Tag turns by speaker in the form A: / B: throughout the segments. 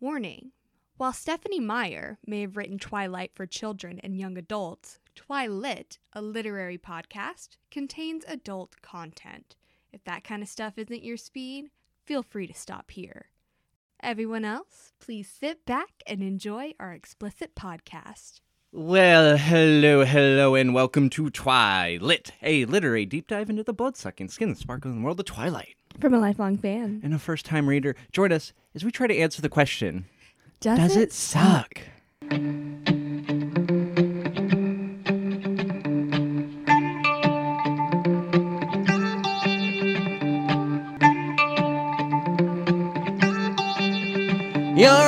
A: Warning While Stephanie Meyer may have written Twilight for children and young adults, Twilit, a literary podcast, contains adult content. If that kind of stuff isn't your speed, feel free to stop here. Everyone else, please sit back and enjoy our explicit podcast.
B: Well, hello, hello, and welcome to Twilit, a literary deep dive into the blood-sucking, skin and sparkling world of Twilight.
A: From a lifelong fan.
B: And a first-time reader, join us as we try to answer the question:
A: Does,
B: Does it suck?
C: Your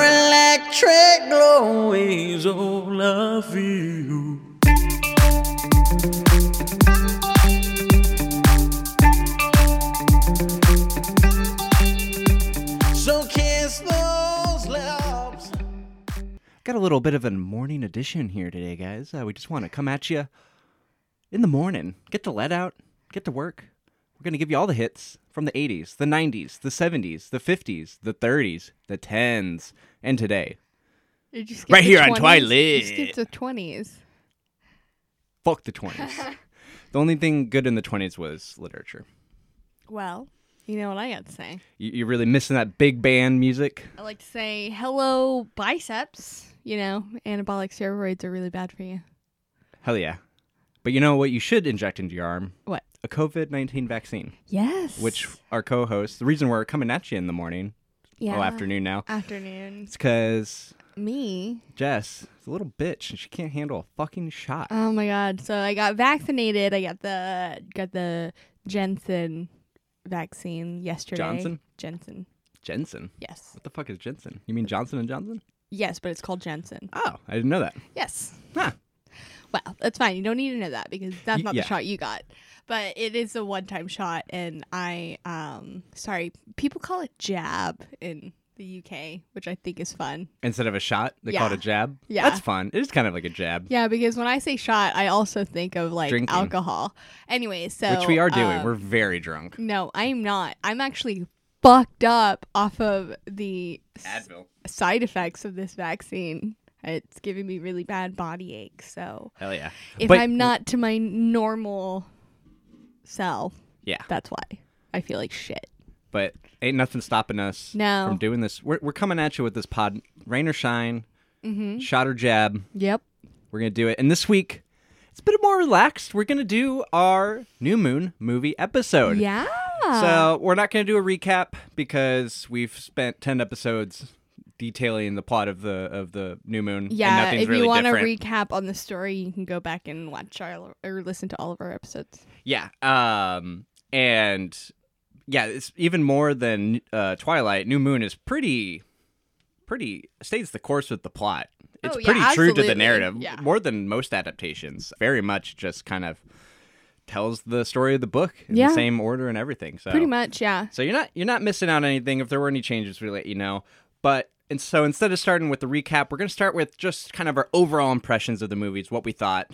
C: electric glow is all I feel. So kiss those lips.
B: Got a little bit of a morning edition here today, guys. Uh, we just want to come at you in the morning, get the let out, get to work. We're gonna give you all the hits from the '80s, the '90s, the '70s, the '50s, the '30s, the '10s, and today.
A: Did you skip
B: Right
A: the
B: here on
A: 20s? You
B: Twilit.
A: skipped the 20s.
B: Fuck the 20s. the only thing good in the 20s was literature.
A: Well, you know what I got to say.
B: You- You're really missing that big band music.
A: I like to say hello biceps. You know, anabolic steroids are really bad for you.
B: Hell yeah. But you know what you should inject into your arm?
A: What?
B: A COVID 19 vaccine,
A: Yes.
B: which oh, our co host, the reason we're coming at you in the morning, oh, afternoon now,
A: Afternoon.
B: it's because
A: Me.
B: Jess is a little bitch and she can't handle a fucking shot.
A: Oh my god. So I got vaccinated. I got the got the Jensen vaccine yesterday.
B: Johnson?
A: Jensen.
B: Jensen.
A: Yes.
B: What the fuck is Jensen? You mean Johnson and Johnson?
A: Yes, but it's called Jensen.
B: Oh, I didn't know that.
A: Yes.
B: Huh.
A: Well, that's fine. You don't need to know that because that's
B: Y-
A: not
B: yeah.
A: the shot you got. But it is a one-time shot, and I, um, sorry, people call it jab in the UK, which I think is fun.
B: Instead of a shot, they call it a
A: Yeah.
B: jab.
A: Yeah.
B: That's fun. It is kind of like a jab,
A: Yeah, because when I say shot, I also think of like
B: Drinking.
A: alcohol. Anyway, so
B: which we are doing.
A: um,
B: We're very drunk.
A: no, I'm not. I'm actually fucked up off of the s-
B: Advil.
A: side effects of this vaccine. It's giving me really bad body ache. So
B: Hell yeah.
A: if
B: But-
A: I'm not to my normal self,
B: Yeah.
A: that's why I feel like shit.
B: but ain't nothing stopping us
A: No.
B: from doing this. We're, we're coming at you with this pod, rain or shine,
A: Mm-hmm.
B: shot or jab.
A: Yep.
B: We're gonna do it. And this week, it's a bit more relaxed. We're gonna do our new moon movie episode.
A: Yeah.
B: Oh,
A: Uh,
B: So we're not gonna do a recap because we've spent ten episodes detailing the plot of the of the new moon. and
A: yeah,
B: nothing's
A: if
B: really
A: you want
B: different.
A: to recap on the story, you can go back and watch our or listen to all of our episodes.
B: Yeah. Um and yeah, it's even more than uh Twilight, New Moon is pretty pretty stays the course with the plot. It's
A: Oh, yeah,
B: pretty true to the
A: absolutely.
B: narrative
A: Yeah.
B: more than most adaptations. Very much just kind of tells the story of the book in
A: Yeah.
B: the same order and everything. So
A: Pretty much, yeah.
B: So you're not you're not missing out on anything. If there were any changes, we let you know. But and so instead of starting with the recap, we're going to start with just kind of our overall impressions of the movies, what we thought,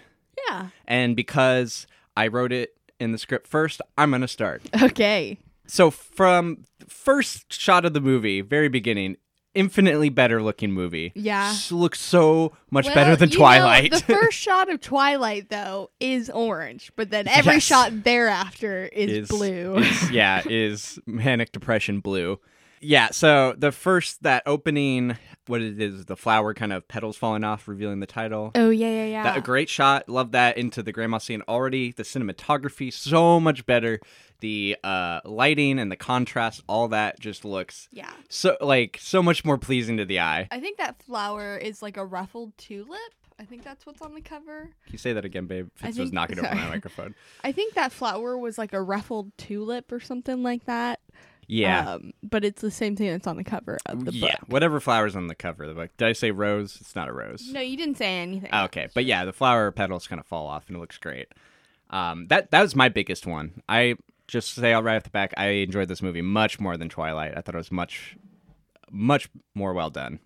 A: Yeah.
B: and because I wrote it in the script first, I'm gonna start.
A: Okay.
B: So from first shot of the movie, very beginning, infinitely better looking movie.
A: Yeah.
B: S- looks so much better
A: Well,
B: than
A: you know,
B: Twilight.
A: the first shot of Twilight though is orange, but then every
B: Yes.
A: shot thereafter is, blue.
B: is- yeah, is manic depression blue. Yeah, so the first that opening, what it is, the flower kind of petals falling off, revealing the title.
A: oh yeah, yeah, yeah.
B: That a great shot. Love that into the grandma scene already. The cinematography so much better. The uh, lighting and the contrast, all that just looks
A: yeah.
B: so like so much more pleasing to the eye.
A: I think that flower is like a ruffled tulip. I think that's what's on the cover.
B: Can you say that again, babe?
A: I
B: Fitz was
A: think-
B: knocking over my
A: sorry.
B: microphone.
A: I think that flower was like a ruffled tulip or something like that.
B: Yeah.
A: Um, but it's the same thing that's on the cover of the
B: yeah.
A: book.
B: Whatever flowers on the cover of the book. Did I say rose? It's not a rose.
A: No, you didn't say anything.
B: Ah, Okay, but yeah, the flower petals kind of fall off, and it looks great. Um, that that was my biggest one. I just say all right off the back, I enjoyed this movie much more than Twilight. I thought it was much, much more well done.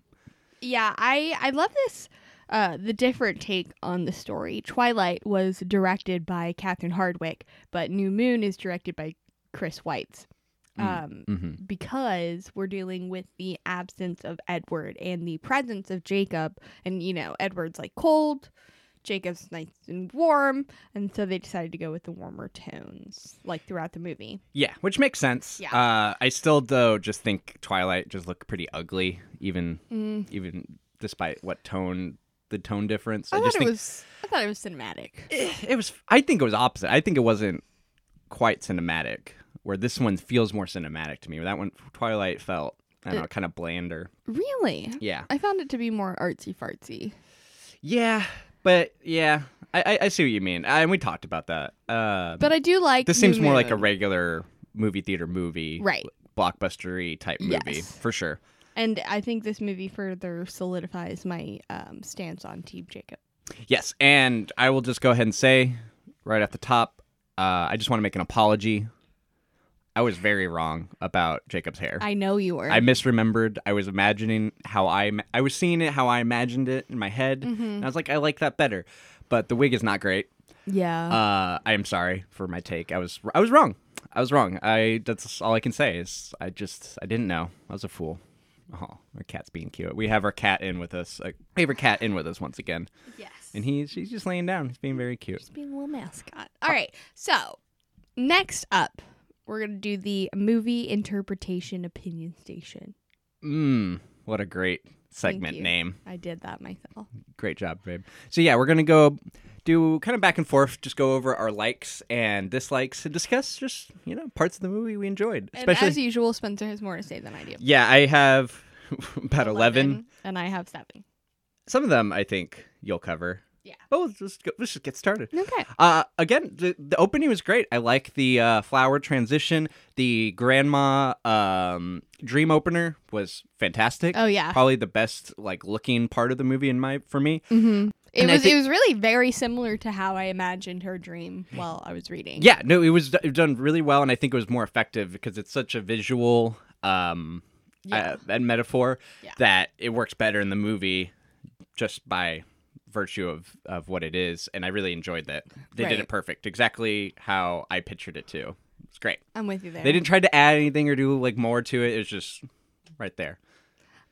A: Yeah, I I love this uh the different take on the story. Twilight was directed by Catherine Hardwick, but New Moon is directed by Chris Weitz. um,
B: hmm
A: because we're dealing with the absence of Edward and the presence of Jacob. And, you know, Edward's like cold, Jacob's nice and warm. And so they decided to go with the warmer tones, like throughout the movie.
B: Yeah, which makes sense.
A: Yeah.
B: Uh, I still though just think Twilight just looked pretty ugly, even
A: Mm-hmm.
B: even despite what tone the tone difference.
A: I,
B: I
A: thought
B: just
A: it
B: think
A: was. I thought it was cinematic.
B: Eh, it was i think it was opposite i think it wasn't quite cinematic where this one feels more cinematic to me where that one twilight felt i
A: Uh,
B: don't know kind of blander
A: Really?
B: yeah
A: I found it to be more artsy fartsy.
B: yeah but yeah i i, I see what you mean I, and we talked about that uh
A: But I do like.
B: this
A: New
B: seems more like a
A: Moon.
B: regular movie theater movie
A: Right.
B: blockbustery type movie
A: Yes.
B: for sure
A: And I think this movie further solidifies my um, stance on Team Jacob.
B: Yes, and I will just go ahead and say right at the top, uh, I just want to make an apology. I was very wrong about Jacob's hair.
A: I know you were.
B: I misremembered. I was imagining how I ima- I was seeing it how I imagined it in my head, and I was like, I like that better. But the wig is not great.
A: yeah.
B: Uh, I am sorry for my take. I was I was wrong. I was wrong. I that's all I can say is I just I didn't know. I was a fool. Oh, our cat's being cute. We have our cat in with us. Our favorite cat in with us once again.
A: yes.
B: And he's she's just laying down. He's being very cute.
A: Just being a little mascot. All right. So next up, we're gonna do the movie interpretation opinion station.
B: Mmm, what a great segment
A: you.
B: name.
A: I did that myself.
B: Great job, babe. So yeah, we're gonna go do kind of back and forth, just go over our likes and dislikes and discuss just, you know, parts of the movie we enjoyed.
A: and as usual, Spencer has more to say than I do.
B: Yeah, I have about 11.
A: and I have seven.
B: Some of them I think you'll cover.
A: Yeah.
B: But we'll just go, let's just get started.
A: Okay.
B: Uh, again, the, the opening was great. I like the uh, flower transition. The grandma um, dream opener was fantastic.
A: Oh, yeah.
B: probably the best like looking part of the movie in my for me.
A: Mm-hmm. It
B: And I
A: was
B: thi-
A: it was really very similar to how I imagined her dream while I was reading.
B: Yeah, no, it was, it was done really well, and I think it was more effective because it's such a visual um,
A: Yeah.
B: uh, and metaphor
A: Yeah.
B: that it works better in the movie just by virtue of of what it is. And I really enjoyed that. They
A: Right.
B: did it perfect, exactly how I pictured it too. It's great.
A: I'm with you there.
B: They didn't try to add anything or do like more to it. It was just right there.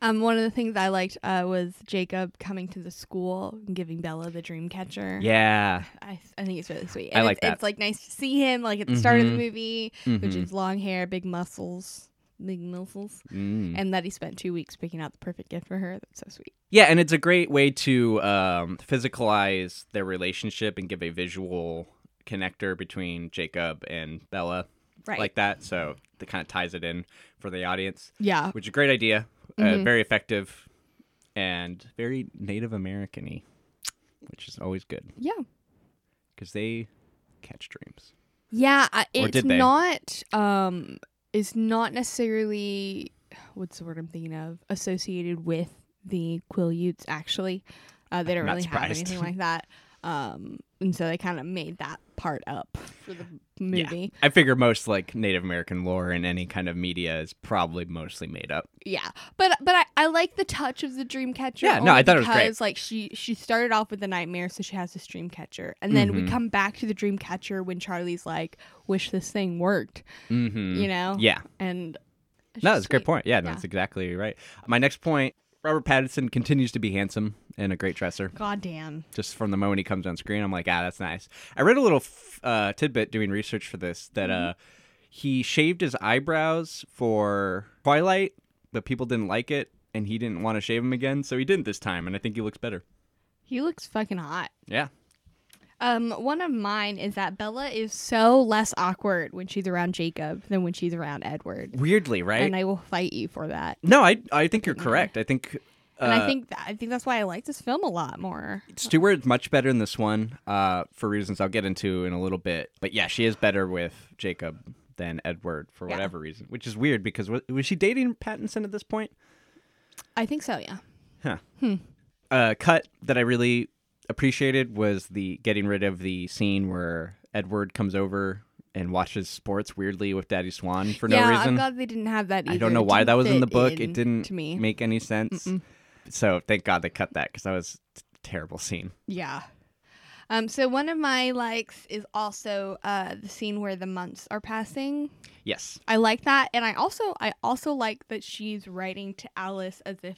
A: Um, one of the things I liked uh, was Jacob coming to the school and giving Bella the dream catcher.
B: Yeah.
A: I, I think it's really sweet.
B: I like
A: it's,
B: that.
A: It's like nice to see him like at the start of the
B: Mhm.
A: movie, which is long hair, big muscles, big muscles,
B: Mm.
A: and that he spent two weeks picking out the perfect gift for her. That's so sweet.
B: Yeah, and it's a great way to um, physicalize their relationship and give a visual connector between Jacob and Bella
A: Right.
B: like that. So that kind of ties it in for the audience,
A: yeah.
B: which is a great idea, uh,
A: Mhm.
B: very effective, and very Native American y, which is always good
A: Yeah.
B: because they catch dreams.
A: Yeah. I,
B: Or
A: it's
B: did they?
A: not. Um, it's not necessarily what's the word I'm thinking of associated with the Quileutes. Actually, uh, they don't
B: not
A: really have
B: surprised.
A: anything like that. Um, and so they kind of made that part up for the movie.
B: I figure most like Native American lore in any kind of media is probably mostly made up.
A: Yeah, but but I, I like the touch of the dream catcher.
B: Yeah, no,
A: only
B: I thought it was
A: because,
B: great.
A: Like she she started off with the nightmare, so she has this dream catcher, and then we
B: Mhm.
A: come back to the dream catcher when Charlie's like, "Wish this thing worked,"
B: Mm-hmm.
A: you know.
B: Yeah.
A: and it's
B: No,
A: just
B: that's a great
A: sweet.
B: point. Yeah, no,
A: Yeah.
B: that's exactly right. My next point Robert Pattinson continues to be handsome and a great dresser.
A: God damn.
B: Just from the moment he comes on screen, I'm like, ah, that's nice. I read a little f- uh, tidbit doing research for this that
A: Mm-hmm.
B: uh, he shaved his eyebrows for Twilight, but people didn't like it, and he didn't want to shave them again, so he didn't this time, and I think he looks better.
A: He looks fucking hot.
B: Yeah.
A: Um, one of mine is that Bella is so less awkward when she's around Jacob than when she's around Edward,
B: Weirdly, right?
A: and I will fight you for that.
B: no, I I think you're correct. I think. Uh,
A: And I think that, I think that's why I like this film a lot more.
B: Stewart's much better in this one, uh, for reasons I'll get into in a little bit. But yeah, she is better with Jacob than Edward for
A: Yeah.
B: whatever reason, which is weird because wa- was she dating Pattinson at this point?
A: I think so. Yeah.
B: uh, cut that I really appreciated was the getting rid of the scene where Edward comes over and watches sports weirdly with Daddy Swan for
A: yeah,
B: no reason.
A: I'm glad they didn't have that.
B: I
A: either.
B: don't know
A: It
B: why
A: didn't
B: that was in the
A: fit
B: book.
A: in
B: it didn't
A: to me.
B: make any sense.
A: Mm-mm.
B: So thank God they cut that because that was a terrible scene.
A: yeah. Um, so one of my likes is also uh, the scene where the months are passing.
B: Yes.
A: I like that, and I also I also like that she's writing to Alice as if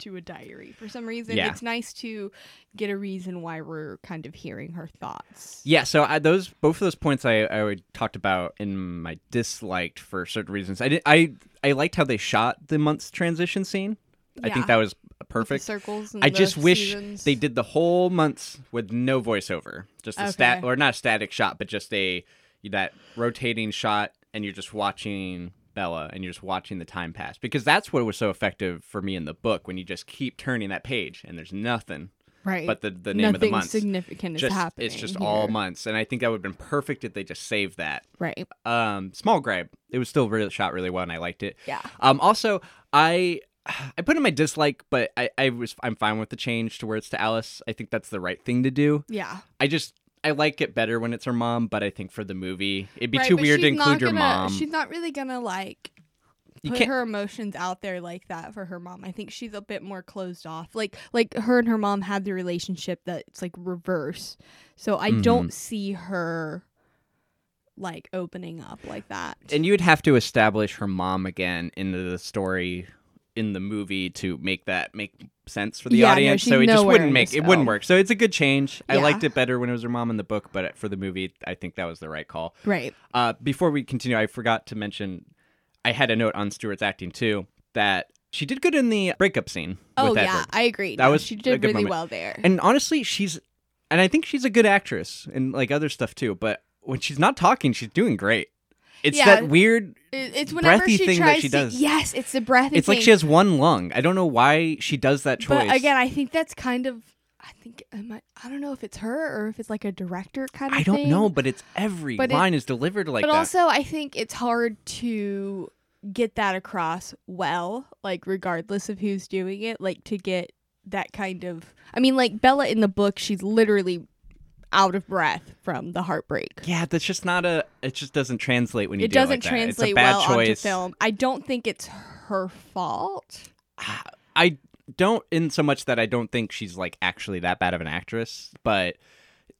A: to a diary. For some reason,
B: Yeah.
A: it's nice to get a reason why we're kind of hearing her thoughts.
B: Yeah, so I, those both of those points I, I would- talked about in my disliked for certain reasons. I did, I I liked how they shot the month's transition scene. I
A: Yeah.
B: think that was
A: With the
B: perfect.
A: circles. And
B: I
A: the
B: just wish
A: seasons.
B: they did the whole months with no voiceover, just a stat
A: Okay.
B: or not a static shot, but just a that rotating shot, and you're just watching Bella, and you're just watching the time pass because that's what was so effective for me in the book when you just keep turning that page and there's nothing
A: right.
B: but the, the name of the
A: Nothing
B: months
A: significant is
B: just
A: happening.
B: it's just all
A: here.
B: months and i think that would have been perfect if they just saved that
A: right.
B: um small gripe it was still really shot really well and i liked it
A: Yeah.
B: um also i i put in my dislike but i i was i'm fine with the change to where it's to alice i think that's the right thing to do
A: Yeah.
B: i just i like it better when it's her mom but i think for the movie it'd be
A: Right,
B: too
A: but
B: weird to
A: she's not
B: include your
A: gonna-
B: mom
A: She's not really gonna like
B: You
A: put
B: can't-
A: her emotions out there like that for her mom. I think she's a bit more closed off. Like like her and her mom had the relationship that's like reverse. So I
B: Mm-hmm.
A: don't see her like opening up like that.
B: and you would have to establish her mom again into the story in the movie to make that make sense for the
A: Yeah, no,
B: audience
A: she's
B: so it just
A: nowhere
B: wouldn't
A: in
B: make
A: this
B: it wouldn't
A: film.
B: work so it's a good change i
A: Yeah.
B: liked it better when it was her mom in the book but for the movie i think that was the right call
A: right.
B: uh, before we continue i forgot to mention i had a note on stewart's acting too that she did good in the breakup scene
A: Oh
B: with
A: yeah,
B: Edward.
A: I agree.
B: That
A: No,
B: was
A: she
B: a
A: did
B: good
A: really
B: moment.
A: well there.
B: and honestly she's and i think she's a good actress and like other stuff too but when she's not talking she's doing great it's
A: Yeah.
B: that weird
A: It- it's whenever
B: breathy
A: she
B: thing that
A: tries
B: she
A: to
B: does.
A: Yes, it's the breathy
B: It's like
A: thing.
B: she has one lung. I don't know why she does that choice.
A: But again, I think that's kind of I think I might I don't know if it's her or if it's like a director kind of
B: I don't
A: thing.
B: know, but it's every
A: But it-
B: line is delivered like
A: but
B: that.
A: also i think it's hard to get that across well like regardless of who's doing it like to get that kind of i mean like bella in the book she's literally out of breath from the heartbreak
B: yeah, that's just not a. It just doesn't translate when you
A: it
B: do it
A: doesn't
B: like that. It's a
A: translate
B: bad
A: well
B: choice.
A: onto film i don't think it's her fault
B: I don't in so much that I don't think she's like actually that bad of an actress, but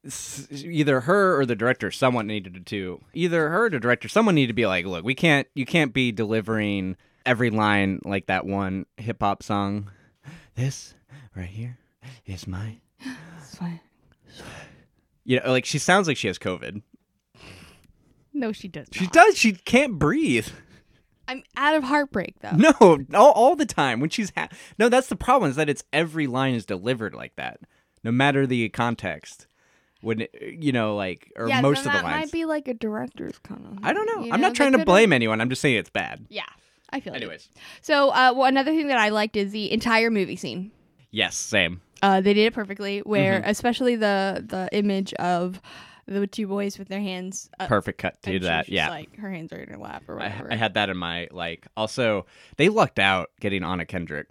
B: s- either her or the director, someone needed to either her or the director, someone needed to be like, look, we can't, you can't be delivering every line like that one hip hop song. This right here is my You know, like she sounds like she has COVID.
A: no she does
B: She
A: not.
B: does. She can't breathe.
A: i'm out of heartbreak though
B: No, all, all the time when she's ha- no. That's the problem is that it's every line is delivered like that, no matter the context. When it- you know, like, or
A: yeah,
B: most
A: then
B: of the
A: that
B: lines.
A: might be like a director's kind of
B: I don't know.
A: you
B: I'm
A: they
B: not trying to
A: could've-
B: blame anyone. I'm just saying it's bad.
A: yeah i feel like
B: Anyways,
A: So, uh, well, another thing that I liked is the entire movie scene.
B: yes, same.
A: Uh, they did it perfectly, where
B: Mm-hmm.
A: especially the the image of the two boys with their hands up.
B: Perfect cut to
A: Uh, and she's
B: that.
A: just,
B: Yeah,
A: like her hands are in her lap or
B: I,
A: whatever.
B: I had that in my like. Also, they lucked out getting Anna Kendrick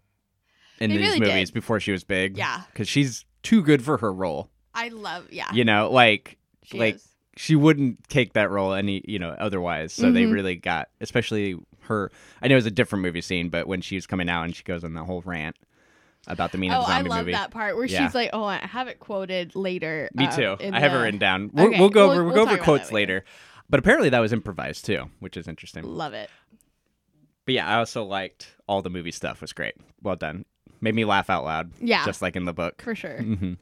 B: in
A: They
B: these
A: really
B: movies
A: did.
B: before she was big.
A: Yeah.
B: because she's too good for her role.
A: I love, yeah,
B: You know, like
A: she
B: like-
A: is.
B: she wouldn't take that role any you know otherwise so they
A: Mhm.
B: really got especially her i know it was a different movie scene but when she was coming out and she goes on the whole rant about the meaning
A: Oh,
B: of the
A: I
B: zombie
A: love
B: movie
A: that part where
B: Yeah.
A: she's like, "Oh, I have it quoted later."
B: me
A: um,
B: too
A: in
B: i have
A: the-
B: it written down we'll,
A: Okay,
B: we'll go
A: we'll-
B: over
A: we'll
B: we'll, go
A: talk
B: over
A: about that
B: quotes
A: later.
B: later. but apparently that was improvised too which is interesting
A: Love it.
B: but yeah i also liked all the movie stuff was great well done made me laugh out loud
A: Yeah.
B: just like in the book
A: For sure.
B: hmm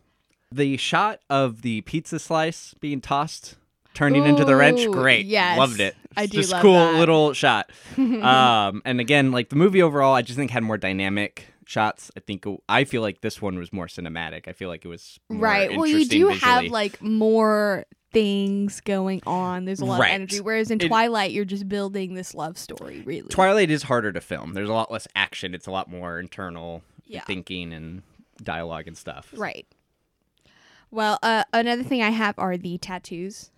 B: the shot of the pizza slice being tossed turning into the wrench
A: Ooh,
B: great
A: yes.
B: loved it
A: I
B: It's
A: do
B: just
A: love
B: cool
A: that. Mm-hmm.
B: little shot um, and again, like the movie overall, I just think had more dynamic shots. I think I feel like this one was more cinematic. I feel like it was more
A: right. Well, you
B: interesting
A: do have
B: visually.
A: like more things going on. There's a lot
B: Right.
A: of energy. Whereas in
B: It-
A: Twilight, you're just building this love story. Really.
B: Twilight is harder to film. There's a lot less action. It's a lot more internal
A: Yeah.
B: thinking and dialogue and stuff.
A: Right. Well, uh, another thing I have are the tattoos.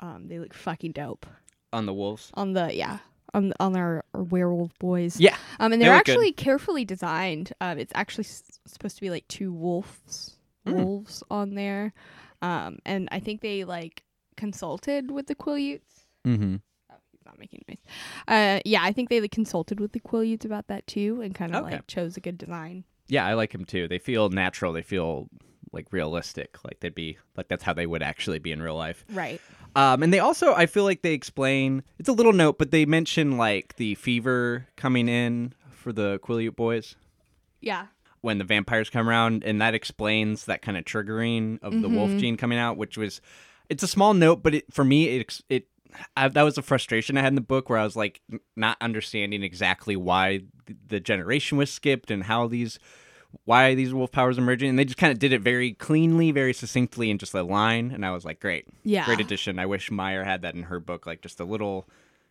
A: Um, they look fucking dope
B: On the wolves.
A: on the yeah on on our, our werewolf boys.
B: Yeah.
A: Um, and
B: they
A: they're
B: look good.
A: actually carefully designed. Um, it's actually s- supposed to be like two wolves
B: Hmm.
A: wolves on there. Um, and I think they like consulted with the Quileutes.
B: Mm-hmm.
A: Oh, he's not making noise. Uh, yeah, I think they like, consulted with the Quileutes about that too, and kind of
B: Okay.
A: like chose a good design.
B: Yeah, I like them too. They feel natural. They feel like realistic. Like they'd be like that's how they would actually be in real life.
A: Right.
B: Um, and they also, I feel like they explain. It's a little note, but they mention like the fever coming in for the Quileute boys
D: Yeah.
B: when the vampires come around, and that explains that kind of triggering of the
A: Mm-hmm.
B: wolf gene coming out, which was. It's a small note, but it, for me, it ex- it I, that was a frustration I had in the book where I was like n- not understanding exactly why th- the generation was skipped and how these why these wolf powers emerging, and they just kind of did it very cleanly, very succinctly, in just a line, and I was like, great,
A: Yeah.
B: great addition. I wish Meyer had that in her book, like just a little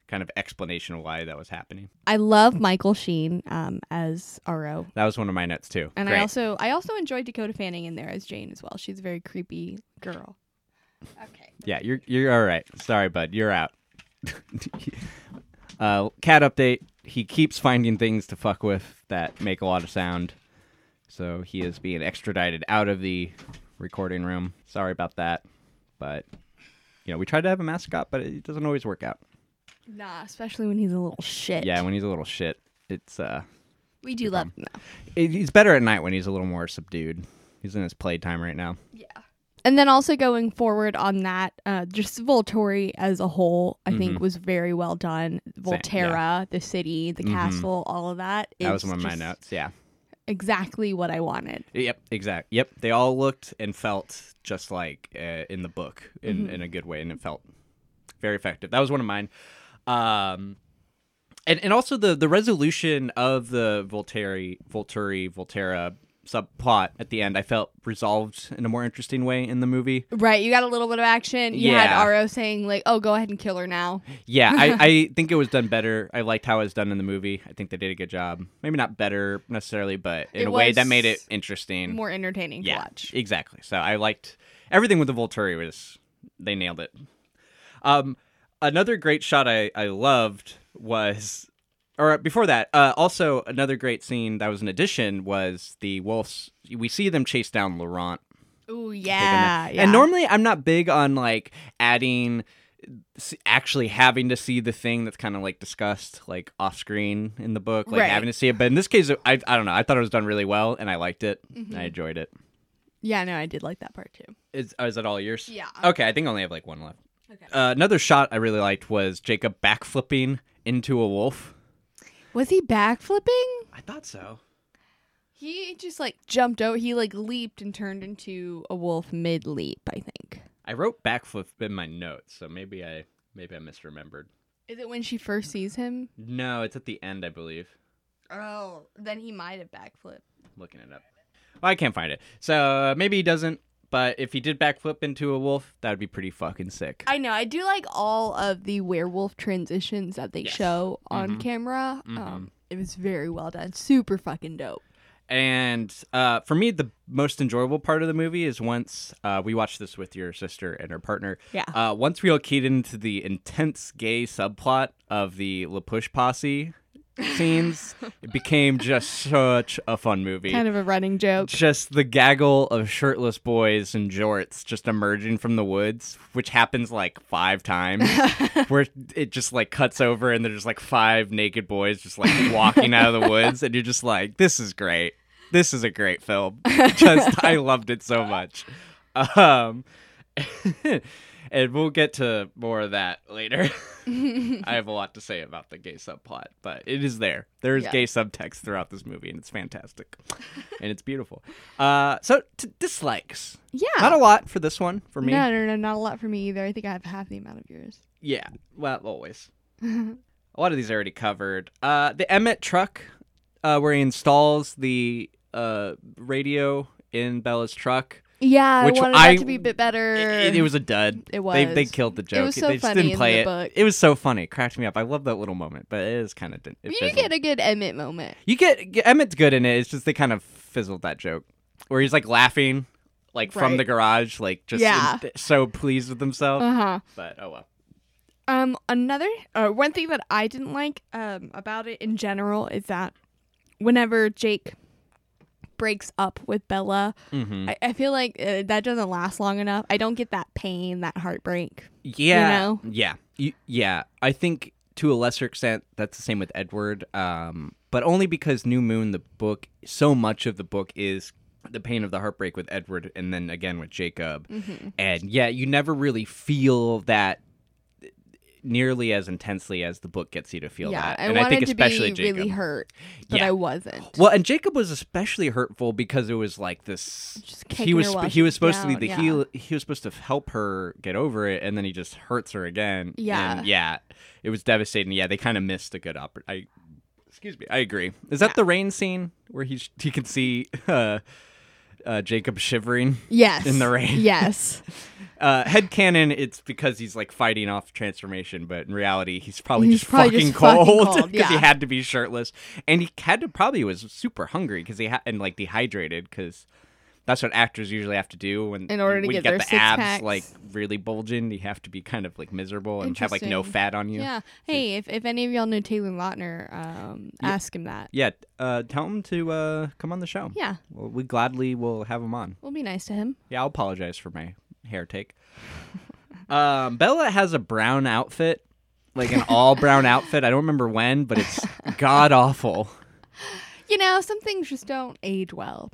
B: kind of explanation of why that was happening.
A: I love Michael Sheen um, as RO.
B: That was one of my notes too.
A: And
B: great.
A: I also I also enjoyed Dakota Fanning in there as Jane as well. She's a very creepy girl. Okay.
B: Yeah, you're you're all right. Sorry, bud, you're out. uh, cat update. He keeps finding things to fuck with that make a lot of sound, so he is being extradited out of the recording room. Sorry about that, but you know we tried to have a mascot, but it doesn't always work out.
A: Nah, especially when he's a little shit.
B: Yeah, when he's a little shit, it's uh,
A: we do love him. though.
B: it, he's better at night when he's a little more subdued. He's in his playtime right now.
A: And then also going forward on that, uh, just Volturi as a whole, I think was very well done.
B: Mm-hmm. yeah. Mm-hmm.
A: Volterra, the city, the castle, all of that.
B: That
A: is
B: was one of my
A: just
B: notes. Yeah.
A: Exactly what I wanted.
B: Yep, exact. Yep, they all looked and felt just like uh, in the book in,
A: Mm-hmm.
B: in a good way, and it felt very effective. That was one of mine. Um, and and also the the resolution of the Volteri Volturi Volterra subplot at the end, I felt resolved in a more interesting way in the movie.
A: Right, you got a little bit of action. You
B: Yeah.
A: had Ro saying like, "Oh, go ahead and kill her now."
B: Yeah, I, I think it was done better. I liked how it was done in the movie. I think they did a good job. Maybe not better necessarily, but in
A: It
B: a way that
A: was
B: made it interesting.
A: More entertaining to watch.
B: Exactly. So I liked everything with the Volturi was they nailed it. Um, another great shot I I loved was, or before that, uh, also another great scene that was an addition was the wolves. We see them chase down Laurent
A: Ooh,
B: big on
A: yeah,
B: that.
A: yeah.
B: And normally I'm not big on like adding s- actually having to see the thing that's kind of like discussed like off screen in the book like
A: Right.
B: having to see it but in this case I, I don't know i thought it was done really well and i liked it i enjoyed it
A: Mm-hmm. yeah, no, I did like that part too.
B: is, oh, is that all yours
A: Yeah.
B: okay i think i only have like one left
A: Okay.
B: uh, another shot i really liked was jacob backflipping into a wolf
A: Was he backflipping?
B: i thought so
A: He just like jumped over. He like leaped and turned into a wolf mid leap. I think.
B: i wrote backflip in my notes so maybe i maybe i misremembered
A: Is it when she first sees him?
B: no it's at the end i believe
A: Oh, then he might have backflipped.
B: looking it up. Well, I can't find it. So uh, maybe he doesn't. But if he did backflip into a wolf, that would be pretty fucking sick.
A: I know. I do like all of the werewolf transitions that they
B: Yes.
A: show on
B: Mhm.
A: camera. Um, it was very well done. Super fucking dope.
B: and uh, for me, the most enjoyable part of the movie is once uh, we watched this with your sister and her partner.
A: Yeah.
B: Uh, once we all keyed into the intense gay subplot of the LaPush posse scenes, it became just such a fun movie.
A: Kind of a running joke.
B: just the gaggle of shirtless boys and jorts just emerging from the woods, which happens like five times, where it just like cuts over and there's like five naked boys just like walking out of the woods, and you're just like, this is great. This is a great film. Just I loved it so much. Um, and we'll get to more of that later. I have a lot to say about the gay subplot, but it is there. There is
A: Yeah.
B: gay subtext throughout this movie, and it's fantastic, and it's beautiful. Uh, so t- dislikes,
A: Yeah.
B: not a lot for this one for me.
A: Ah. No, no, no, not a lot for me either. I think I have half the amount of yours.
B: Yeah, well, always. a lot of these are already covered. Uh, the Emmett truck, uh, where he installs the uh radio in Bella's truck.
A: Yeah,
B: Which
A: I wanted
B: I-
A: that to be a bit better.
B: It, it was a dud.
A: It
B: They, they
A: was.
B: killed the joke.
A: It was so
B: they just
A: funny
B: didn't
A: in
B: play
A: the
B: it.
A: book.
B: It was so funny. It cracked me up. I love that little moment, but it is kind of.
A: you did get a good Emmett moment.
B: You get get- Emmett's good in it. It's just they kind of fizzled that joke where he's like laughing, like from
A: Right.
B: the garage, like just
A: Yeah.
B: in- so pleased with himself.
A: Uh huh.
B: But oh well.
A: Um, another uh, one thing that I didn't like um about it in general is that whenever Jake breaks up with Bella,
B: Mm-hmm.
A: I, I feel like uh, that doesn't last long enough. I don't get that pain, that heartbreak.
B: Yeah.
A: know?
B: Yeah. You, yeah. I think to a lesser extent that's the same with Edward, um, but only because New Moon, the book, so much of the book is the pain of the heartbreak with Edward and then again with Jacob.
A: Mm-hmm.
B: And yeah, you never really feel that nearly as intensely as the book gets you to feel
A: yeah,
B: that.
A: I
B: and
A: wanted
B: I think
A: to
B: especially
A: be
B: Jacob.
A: really hurt, but
B: Yeah.
A: I wasn't.
B: Well, and Jacob was especially hurtful because it was like this.
A: Just
B: he
A: kicking
B: was
A: her
B: sp-
A: while
B: he was
A: she's
B: supposed to be
A: down,
B: the
A: yeah.
B: heal. He was supposed to help her get over it, and then he just hurts her again.
A: Yeah.
B: and yeah, it was devastating. Yeah, they kind of missed a good opportunity. Excuse me, I agree. Is that the rain scene where he sh- he can see uh, uh, Jacob shivering?
A: Yes.
B: In the rain.
A: Yes.
B: Uh, headcanon, it's because he's like fighting off transformation, but in reality, he's probably
A: He's
B: just
A: probably
B: fucking
A: just fucking
B: cold
A: cold,
B: because he
A: yeah.
B: had to be shirtless, and he had to probably was super hungry because he ha- and like dehydrated because that's what actors usually have to do when
A: In order to
B: when you
A: get
B: got
A: their
B: the
A: six
B: abs
A: packs.
B: like really bulging, you have to be kind of like miserable and have like no
A: Interesting.
B: fat on you.
A: Yeah. Hey, if, if any of y'all know Taylor Lautner, um, ask him that.
B: Yeah, uh, tell him to uh, come on the show.
A: Yeah.
B: well, we gladly will have him on.
A: We'll be nice to him.
B: Yeah, I'll apologize for my hair take. Um, Bella has a brown outfit, like an all brown outfit. I don't remember when, but it's god awful.
A: You know, some things just don't age well.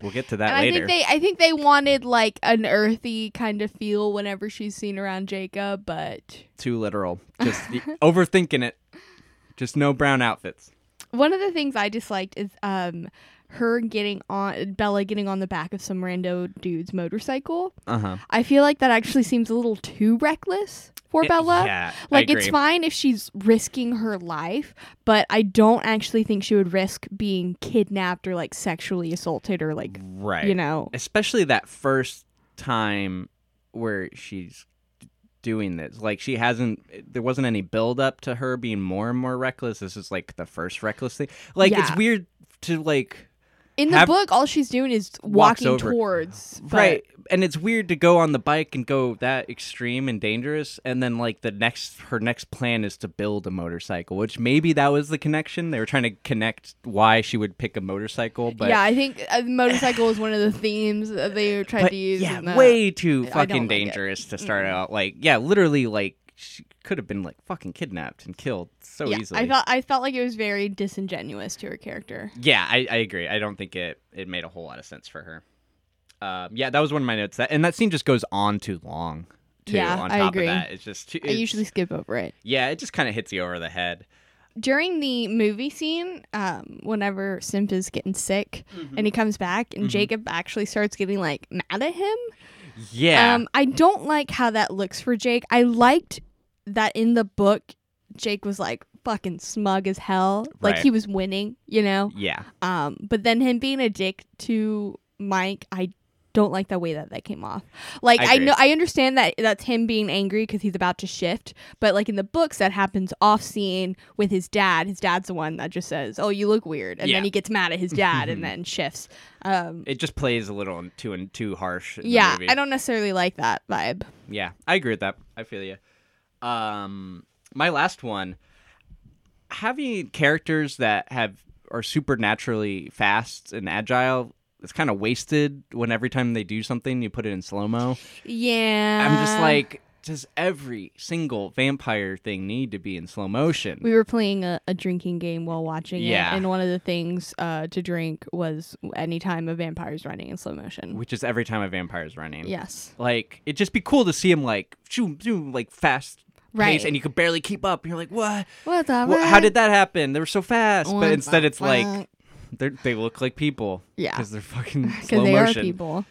B: We'll get to that
A: And
B: later.
A: I think they I think they wanted like an earthy kind of feel whenever she's seen around Jacob, but
B: Too literal. Just y- overthinking it. Just no brown outfits.
A: one of the things I disliked is um her getting on Bella getting on the back of some rando dude's motorcycle.
B: Uh huh.
A: I feel like that actually seems a little too reckless for Bella.
B: Yeah. I
A: Like it's
B: agree.
A: fine if she's risking her life, but I don't actually think she would risk being kidnapped or like sexually assaulted or like
B: Right.
A: you know.
B: especially that first time where she's d- doing this like she hasn't there wasn't any build up to her being more and more reckless this is like the first reckless thing like it's
A: Yeah.
B: weird to like
A: In the
B: have-
A: book, all she's doing is
B: Walks
A: walking
B: over.
A: towards. but-
B: right and it's weird to go on the bike and go that extreme and dangerous and then like the next her next plan is to build a motorcycle which maybe that was the connection they were trying to connect why she would pick a motorcycle but
A: yeah, I think uh, motorcycle was one of the themes that they tried
B: but
A: to use.
B: yeah,
A: in the-
B: way too fucking
A: like it.
B: dangerous to start out. Like, yeah, literally, like she could have been like fucking kidnapped and killed so
A: yeah,
B: easily.
A: I felt I felt like it was very disingenuous to her character.
B: yeah, I, I agree. I don't think it it made a whole lot of sense for her. Um, yeah, that was one of my notes. That and that scene just goes on too long. Too,
A: Yeah,
B: on
A: I
B: top
A: agree.
B: of that, it's just too,
A: I
B: it's-
A: usually skip over it.
B: yeah, it just kind of hits you over the head.
A: during the movie scene, um, whenever Simp is getting sick
B: Mm-hmm.
A: and he comes back and Jacob actually starts getting like mad at him.
B: Yeah,
A: Um, I don't like how that looks for Jake. I liked that in the book, Jake was like fucking smug as hell. Like
B: Right.
A: he was winning, you know?
B: yeah,
A: Um, but then him being a dick to Mike, I don't like the way that that came off. Like
B: I
A: I,
B: agree.
A: know I understand that that's him being angry because he's about to shift, but like in the books that happens off scene with his dad. His dad's the one that just says, "Oh, you look weird," and
B: Yeah.
A: then he gets mad at his dad and then shifts. Um,
B: it just plays a little too and too harsh. in the
A: yeah,
B: movie.
A: I don't necessarily like that vibe.
B: Yeah, I agree with that. I feel you. Um, my last one: having characters that have are supernaturally fast and agile. It's kind of wasted when every time they do something, you put it in slow mo.
A: Yeah,
B: I'm just like, does every single vampire thing need to be in slow motion?
A: We were playing a, a drinking game while watching
B: Yeah.
A: it, and one of the things uh, to drink was anytime a vampire's running in slow motion.
B: Which is every time a vampire's running.
A: yes.
B: Like it'd just be cool to see him like zoom, zoom, like fast
A: Right.
B: pace, and you could barely keep up. And you're like, what?
A: What's up?
B: Well, how did that happen? They were so fast, but
A: Wah,
B: instead
A: wah,
B: it's like
A: wah.
B: they they look like people.
A: Yeah.
B: because they're fucking slow
A: because they
B: motion.
A: are people.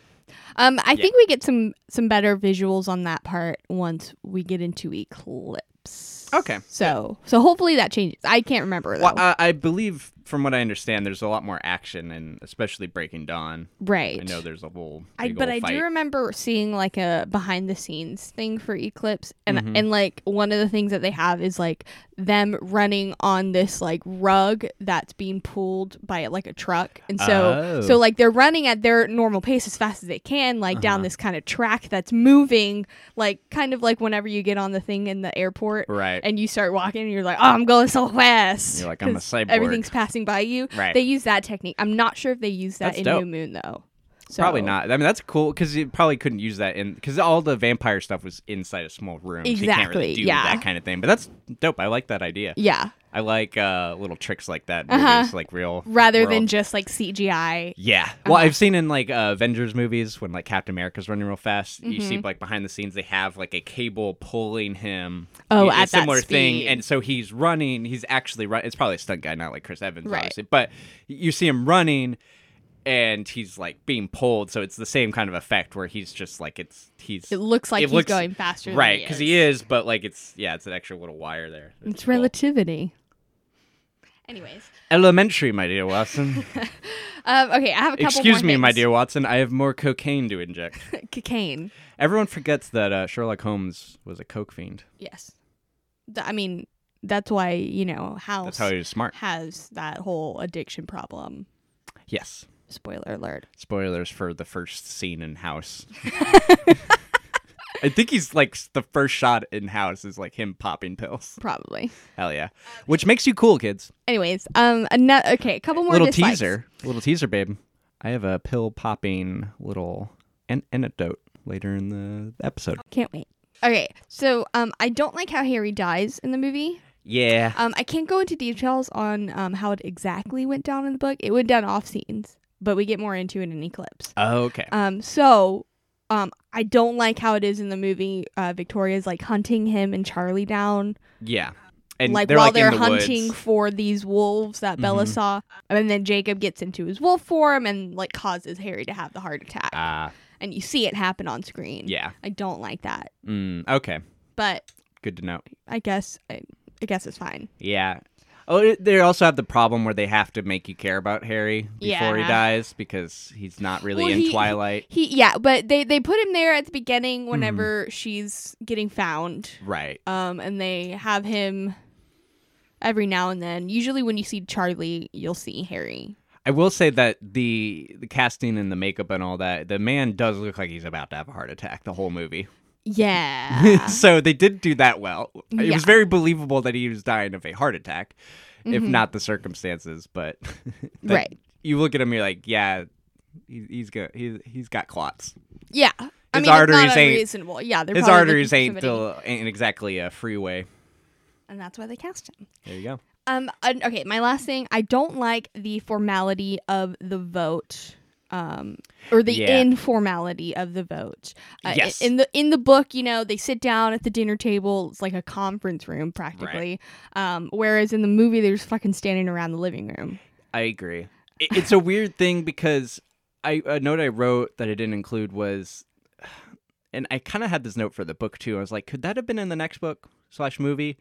A: Um, I think we get some some better visuals on that part once we get into Eclipse.
B: Okay.
A: So so hopefully that changes. I can't remember though.
B: Well, I, I believe, from what I understand, there's a lot more action, and especially Breaking Dawn.
A: right.
B: I know there's a whole
A: I,
B: big
A: but
B: ol'
A: I
B: fight.
A: do remember seeing like a behind the scenes thing for Eclipse, and
B: Mm-hmm.
A: and like one of the things that they have is like them running on this like rug that's being pulled by like a truck, and so
B: Oh.
A: so like they're running at their normal pace as fast as they can, like
B: Uh-huh.
A: down this kind of track that's moving, like kind of like whenever you get on the thing in the airport,
B: Right.
A: And you start walking, and you're like, oh, I'm going so fast.
B: You're like, "I'm a
A: 'cause
B: cyborg."
A: Everything's passing by you.
B: Right.
A: They use that technique. I'm not sure if they use that
B: That's
A: in
B: dope.
A: New Moon though. So,
B: Probably not. I mean, that's cool because you probably couldn't use that in because all the vampire stuff was inside a small room. so you can't really
A: Exactly,
B: do
A: yeah.
B: that kind of thing. But that's dope. I like that idea.
A: Yeah.
B: I like uh, little tricks like that. in Movies,
A: Uh-huh.
B: Like real.
A: Rather than
B: world.
A: just like CGI.
B: Yeah. Well, I've seen in like uh, Avengers movies when like Captain America's running real fast, you
A: Mm-hmm.
B: see like behind the scenes they have like a cable pulling him.
A: Oh,
B: Y- a
A: at that
B: similar thing,
A: speed.
B: and so he's running. He's actually running. It's probably a stunt guy, not like Chris Evans,
A: Right.
B: obviously. But you see him running, and he's like being pulled. So it's the same kind of effect where he's just like it's he's
A: It looks like
B: It
A: he's
B: looks-
A: going faster than
B: right because he is, but like it's yeah, it's an extra little wire there.
A: It's
B: cool.
A: relativity. Anyways.
B: elementary, my dear Watson.
A: Um, okay, I have a couple
B: Excuse
A: more
B: me, my
A: things.
B: dear Watson. I have more cocaine to inject.
A: Cocaine.
B: Everyone forgets that uh, Sherlock Holmes was a coke fiend.
A: Yes. Th- I mean, that's why, you know, House
B: That's how he was smart.
A: has that whole addiction problem.
B: Yes.
A: Spoiler alert.
B: Spoilers for the first scene in House. I think he's like s- the first shot in House is like him popping pills.
A: Probably.
B: Hell yeah,
A: Uh,
B: which makes you cool, kids.
A: Anyways, um, ano- okay, a couple more
B: little
A: dislikes.
B: teaser, little teaser, babe. I have a pill popping little an- anecdote later in the episode.
A: Can't wait. Okay, so um, I don't like how Harry dies in the movie.
B: Yeah.
A: Um, I can't go into details on um, how it exactly went down in the book. It went down off scenes, but we get more into it in Eclipse.
B: Okay.
A: Um, so um, I don't like how it is in the movie. Uh, Victoria's like hunting him and Charlie down,
B: Yeah. And
A: like
B: they're
A: while
B: like
A: they're
B: in the
A: hunting
B: Woods.
A: for these wolves that Bella
B: Mhm.
A: saw, and then Jacob gets into his wolf form and like causes Harry to have the heart attack,
B: Ah,
A: and you see it happen on screen.
B: yeah.
A: I don't like that,
B: Mm, okay.
A: but
B: Good to know.
A: I guess I, I guess it's fine.
B: Yeah. Oh, it- they also have the problem where they have to make you care about Harry before he
A: Yeah.
B: dies because he's not really
A: Well,
B: in
A: he- he-
B: Twilight. Hmm.
A: He yeah, but they they put him there at the beginning whenever she's getting found.
B: Right.
A: Um and they have him every now and then. Usually when you see Charlie, you'll see Harry.
B: I will say that the the casting and the makeup and all that, the man does look like he's about to have a heart attack the whole movie.
A: Yeah.
B: so they did do that well. It
A: Yeah.
B: was very believable that he was dying of a heart attack, if
A: Mhm.
B: not the circumstances. But that-
A: right.
B: you look at him, you're like, yeah, he, he's go, he, he's got clots.
A: Yeah. I
B: His
A: mean, it's
B: arteries
A: not
B: ain't-
A: unreasonable. Yeah, they're
B: His
A: probably
B: arteries
A: looking
B: ain't
A: for somebody,
B: still ain't exactly a freeway.
A: and that's why they cast him.
B: There you go.
A: Um and- okay, my last thing, I don't like the formality of the vote. Um, or the
B: Yeah.
A: informality of the vote. Uh, i-
B: Yes.
A: In the in the book, you know, they sit down at the dinner table. It's like a conference room practically. Um, whereas in the movie, they're just fucking standing around the living room.
B: I agree. It, it's a weird thing because I a note I wrote that I didn't include was, and I kind of had this note for the book too. I was like, could that have been in the next book slash movie?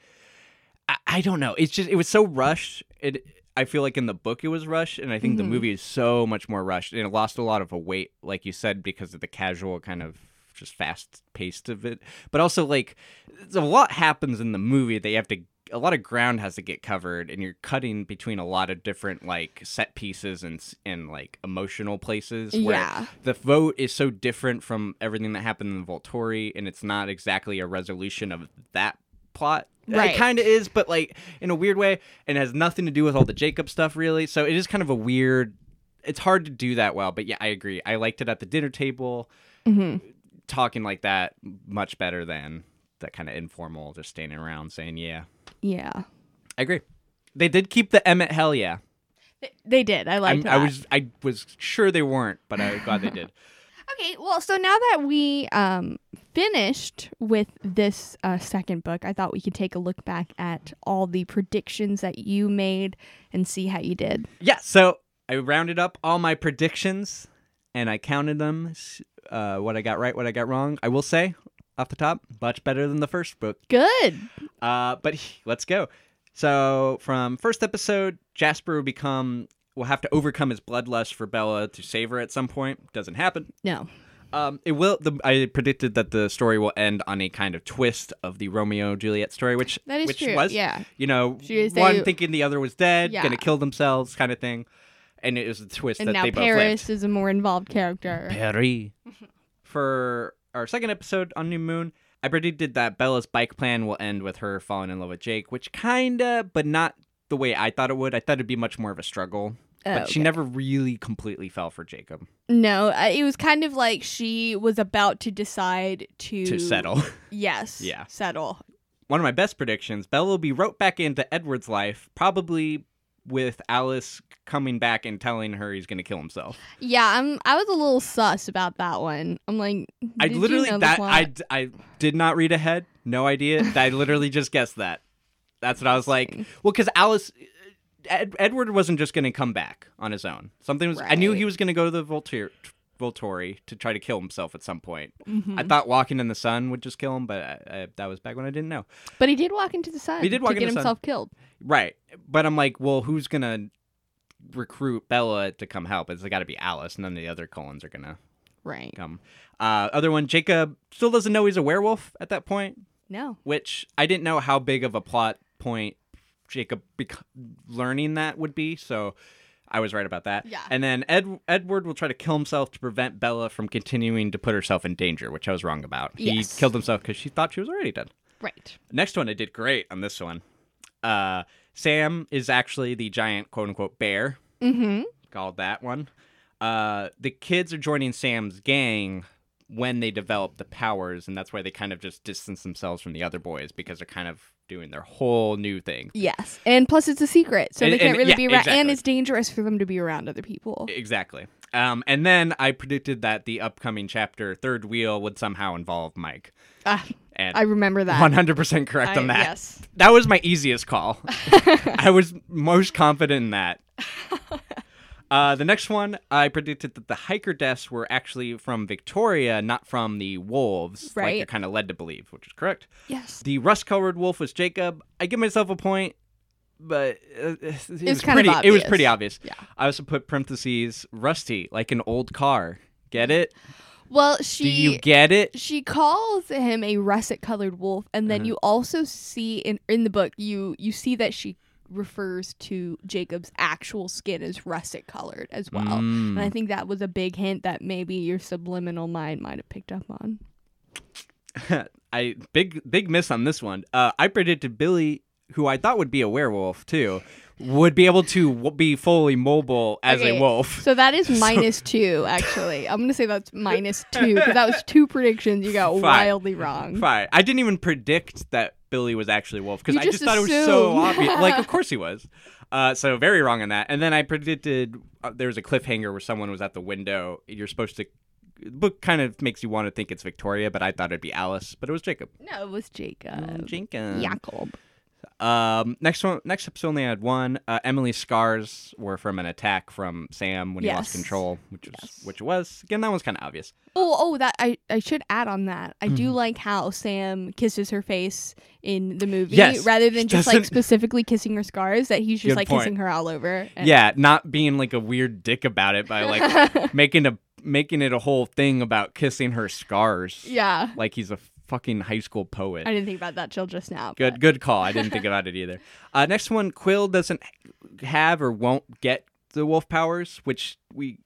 B: I, I don't know. It's just it was so rushed. It I feel like in the book it was rushed, and I think
A: Mhm.
B: the movie is so much more rushed, and it lost a lot of a weight, like you said, because of the casual kind of just fast paced of it. But also like there's a lot happens in the movie that you have to a lot of ground has to get covered and you're cutting between a lot of different like set pieces and s- and like emotional places where
A: Yeah.
B: the vote is so different from everything that happened in Volturi and it's not exactly a resolution of that plot.
A: Right.
B: It kind of is, but like in a weird way and has nothing to do with all the Jacob stuff really. So it is kind of a weird it's hard to do that well, but yeah, I agree. I liked it at the dinner table
A: Mm-hmm.
B: talking like that much better than that kind of informal just standing around saying yeah.
A: Yeah.
B: I agree. They did keep the Emmett Hell yeah.
A: They did. I like
B: I'm-
A: that.
B: I was I was sure they weren't, but I'm glad they did.
A: Okay, well, so now that we um, finished with this uh, second book, I thought we could take a look back at all the predictions that you made and see how you did.
B: Yeah, so I rounded up all my predictions and I counted them s- uh, what I got right, what I got wrong. I will say off the top, much better than the first book.
A: Good.
B: Uh, but he- let's go. So from first episode, Jasper will become will have to overcome his bloodlust for Bella to save her at some point. Doesn't happen.
A: No.
B: Um, it will. The, I predicted that the story will end on a kind of twist of the Romeo and Juliet story, which
A: That is
B: which
A: true,
B: Was,
A: yeah.
B: you know,
A: She is-
B: one
A: they-
B: thinking the other was dead,
A: Yeah.
B: gonna kill themselves, kind of thing, and it was a twist
A: And
B: that
A: now
B: they both
A: Paris
B: lived.
A: is a more involved character.
B: Paris. For our second episode on New Moon, I predicted that Bella's bike plan will end with her falling in love with Jake, which kinda, but not the way I thought it would. I thought it'd be much more of a struggle but
A: Oh,
B: she never really completely fell for Jacob
A: No, I- it was kind of like she was about to decide to
B: to settle.
A: Yes.
B: Yeah.
A: Settle.
B: One of my best predictions: Bella will be roped back into Edward's life, probably with Alice coming back and telling her he's going to kill himself.
A: Yeah, I'm. I was a little sus about that one. I'm like,
B: I
A: did you
B: literally
A: know the
B: that
A: plot?
B: I d- I did not read ahead. No idea. I literally just guessed that. That's what I was like. Well, because Alice, Ed, Edward wasn't just going to come back on his own. Something was. I knew
A: Right.
B: he was going to go to the Voltaire. Voltori to try to kill himself at some point.
A: Mhm.
B: I thought walking in the sun would just kill him, but I, I, that was back when I didn't know.
A: but he did walk into the sun.
B: He did walk
A: to
B: into
A: get
B: the sun.
A: himself killed.
B: Right. But I'm like, well, who's going to recruit Bella to come help? It's got to be Alice. None of the other Collins are going to
A: Right.
B: come. Uh, other one, Jacob still doesn't know he's a werewolf at that point,
A: No.
B: which I didn't know how big of a plot point Jacob bec- learning that would be. So I was right about that.
A: Yeah.
B: And then Ed- Edward will try to kill himself to prevent Bella from continuing to put herself in danger, which I was wrong about.
A: Yes.
B: He killed himself because she thought she was already dead.
A: Right.
B: Next one, I did great on this one. Uh, Sam is actually the giant quote unquote bear.
A: Mm-hmm.
B: Called that one. Uh, the kids are joining Sam's gang when they develop the powers, and that's why they kind of just distance themselves from the other boys because they're kind of doing their whole new thing.
A: Yes. And plus, it's a secret, so they
B: And-
A: can't
B: and-
A: really
B: yeah,
A: be around. And
B: exactly. Eh,
A: it's dangerous for them to be around other people.
B: Exactly. Um, and then I predicted that the upcoming chapter, Third Wheel, would somehow involve Mike.
A: Ah,
B: And
A: I remember that.
B: 100% correct
A: I-
B: on that.
A: Yes.
B: That was my easiest call. I was most confident in that. Uh, the next one, I predicted that the hiker deaths were actually from Victoria, not from the wolves, like
A: Right.
B: you're kind of led to believe, which is correct.
A: Yes.
B: The rust-colored wolf was Jacob. I give myself a point, but uh, it was
A: kind of
B: pretty. It was
A: obvious.
B: pretty obvious.
A: Yeah.
B: I also put parentheses rusty, like an old car. Get it?
A: Well,
B: Do
A: she.
B: you get it?
A: she calls him a russet colored wolf and then
B: Mhm.
A: you also see in in the book you you see that she refers to Jacob's actual skin as russet colored as well. And I
B: Mm.
A: think that was a big hint that maybe your subliminal mind might have picked up on.
B: I big big miss on this one. Uh, I predicted Billy, who I thought would be a werewolf too, would be able to w- be fully mobile as
A: Okay.
B: a wolf.
A: So that is minus two, actually. I'm going to say that's minus two because that was two predictions you got
B: Fine.
A: wildly wrong.
B: Fine. I didn't even predict that Billy was actually a wolf because
A: You
B: I just
A: just
B: thought it was so
A: assumed.
B: obvious. like, of course he was. Uh, so very wrong on that. And then I predicted uh, there was a cliffhanger where someone was at the window. You're supposed to. The book kind of makes you want to think it's Victoria, but I thought it'd be Alice, but it was Jacob.
A: No, it was
B: Mm,
A: Jacob.
B: Jenkins.
A: Jacob.
B: Um, next one, next episode only had one. Uh, Emily's scars were from an attack from Sam when he lost
A: Yes.
B: control, which was which was again that was kind of obvious.
A: Oh, oh, that I, I should add on that. I
B: Mm-hmm.
A: do like how Sam kisses her face in the movie
B: Yes.
A: rather than
B: He
A: just like
B: doesn't-
A: specifically kissing her scars. That he's just
B: Good
A: like kissing
B: point.
A: her all over. And-
B: yeah, not being like a weird dick about it by like making a making it a whole thing about kissing her scars.
A: yeah.
B: like he's a fucking high school poet.
A: I didn't think about that till just now.
B: Good, good call. I didn't think about it either. Uh, next one, Quill doesn't have or won't get the wolf powers, which we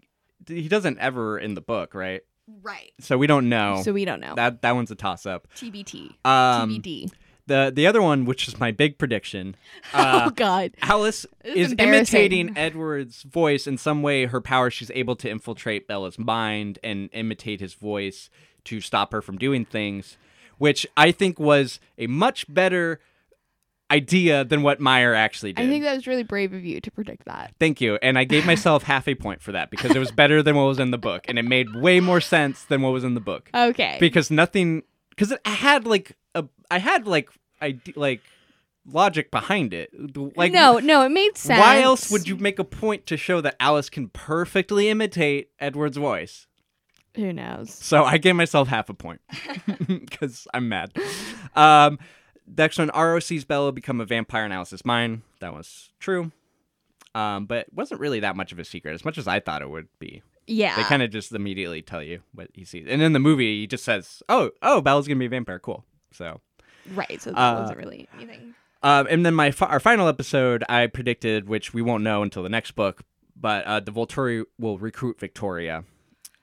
B: he doesn't ever in the book, right?
A: right?
B: So we don't know.
A: So we don't know.
B: That that one's a toss up.
A: TBT.
B: Um,
A: TBD.
B: the the other one, which is my big prediction,
A: oh
B: uh,
A: God.
B: Alice
A: This is
B: is
A: embarrassing.
B: imitating Edward's voice in some way. Her power, she's able to infiltrate Bella's mind and imitate his voice to stop her from doing things, which I think was a much better idea than what Meyer actually did.
A: I think that was really brave of you to predict that.
B: Thank you. And I gave myself half a point for that because it was better than what was in the book, and it made way more sense than what was in the book
A: Okay.
B: because nothing because I had like a I had like I like logic behind it. Like
A: no, no, it made sense.
B: why else would you make a point to show that Alice can perfectly imitate Edward's voice?
A: Who knows?
B: So I gave myself half a point because I'm mad. Um, next one, ROC's Bella become a vampire in Alice's mind. That was true. Um, but it wasn't really that much of a secret, as much as I thought it would be.
A: Yeah.
B: They kind of just immediately tell you what he sees. And in the movie, he just says, oh, oh, Bella's going to be a vampire. Cool. So,
A: right. So that
B: uh,
A: wasn't really anything.
B: um, and then my fi- our final episode, I predicted, which we won't know until the next book, but uh, the Volturi will recruit Victoria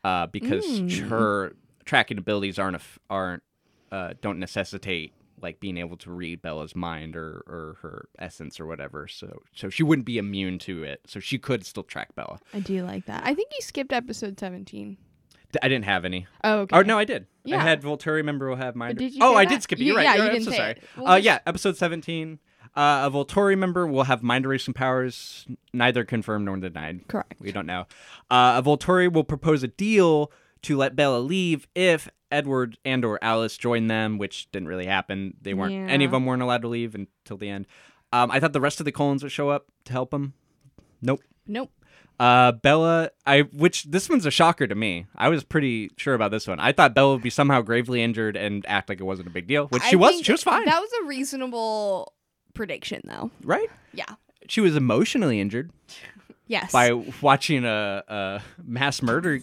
B: uh, because
A: Mm.
B: her tracking abilities aren't, a f- aren't uh, don't necessitate like being able to read Bella's mind or or her essence or whatever. So so she wouldn't be immune to it. So she could still track Bella.
A: I do like that. I think you skipped episode 17.
B: D- I didn't have any.
A: Oh, okay.
B: Oh no, I did. I
A: Yeah.
B: had Volturi. Remember, we'll have mind.
A: did you
B: oh,
A: say
B: I
A: that?
B: did skip it.
A: You-
B: You're right.
A: yeah,
B: You're
A: you
B: right. I'm
A: didn't
B: so
A: say
B: sorry.
A: it. We'll
B: uh,
A: just-
B: yeah, episode seventeen. Uh, a Volturi member will have mind erasing powers, n- neither confirmed nor denied.
A: Correct.
B: We don't know. Uh, a Volturi will propose a deal to let Bella leave if Edward and or Alice join them, which didn't really happen. They weren't. Any of
A: Yeah.
B: them weren't allowed to leave until the end. Um, I thought the rest of the Colons would show up to help them. Nope.
A: Nope.
B: Uh, Bella, I which this one's a shocker to me. I was pretty sure about this one. I thought Bella would be somehow gravely injured and act like it wasn't a big deal, which she
A: I
B: was.
A: think
B: She was fine,
A: That was a reasonable prediction, though.
B: right?
A: Yeah.
B: She was emotionally injured
A: Yes.
B: by watching a, a mass murder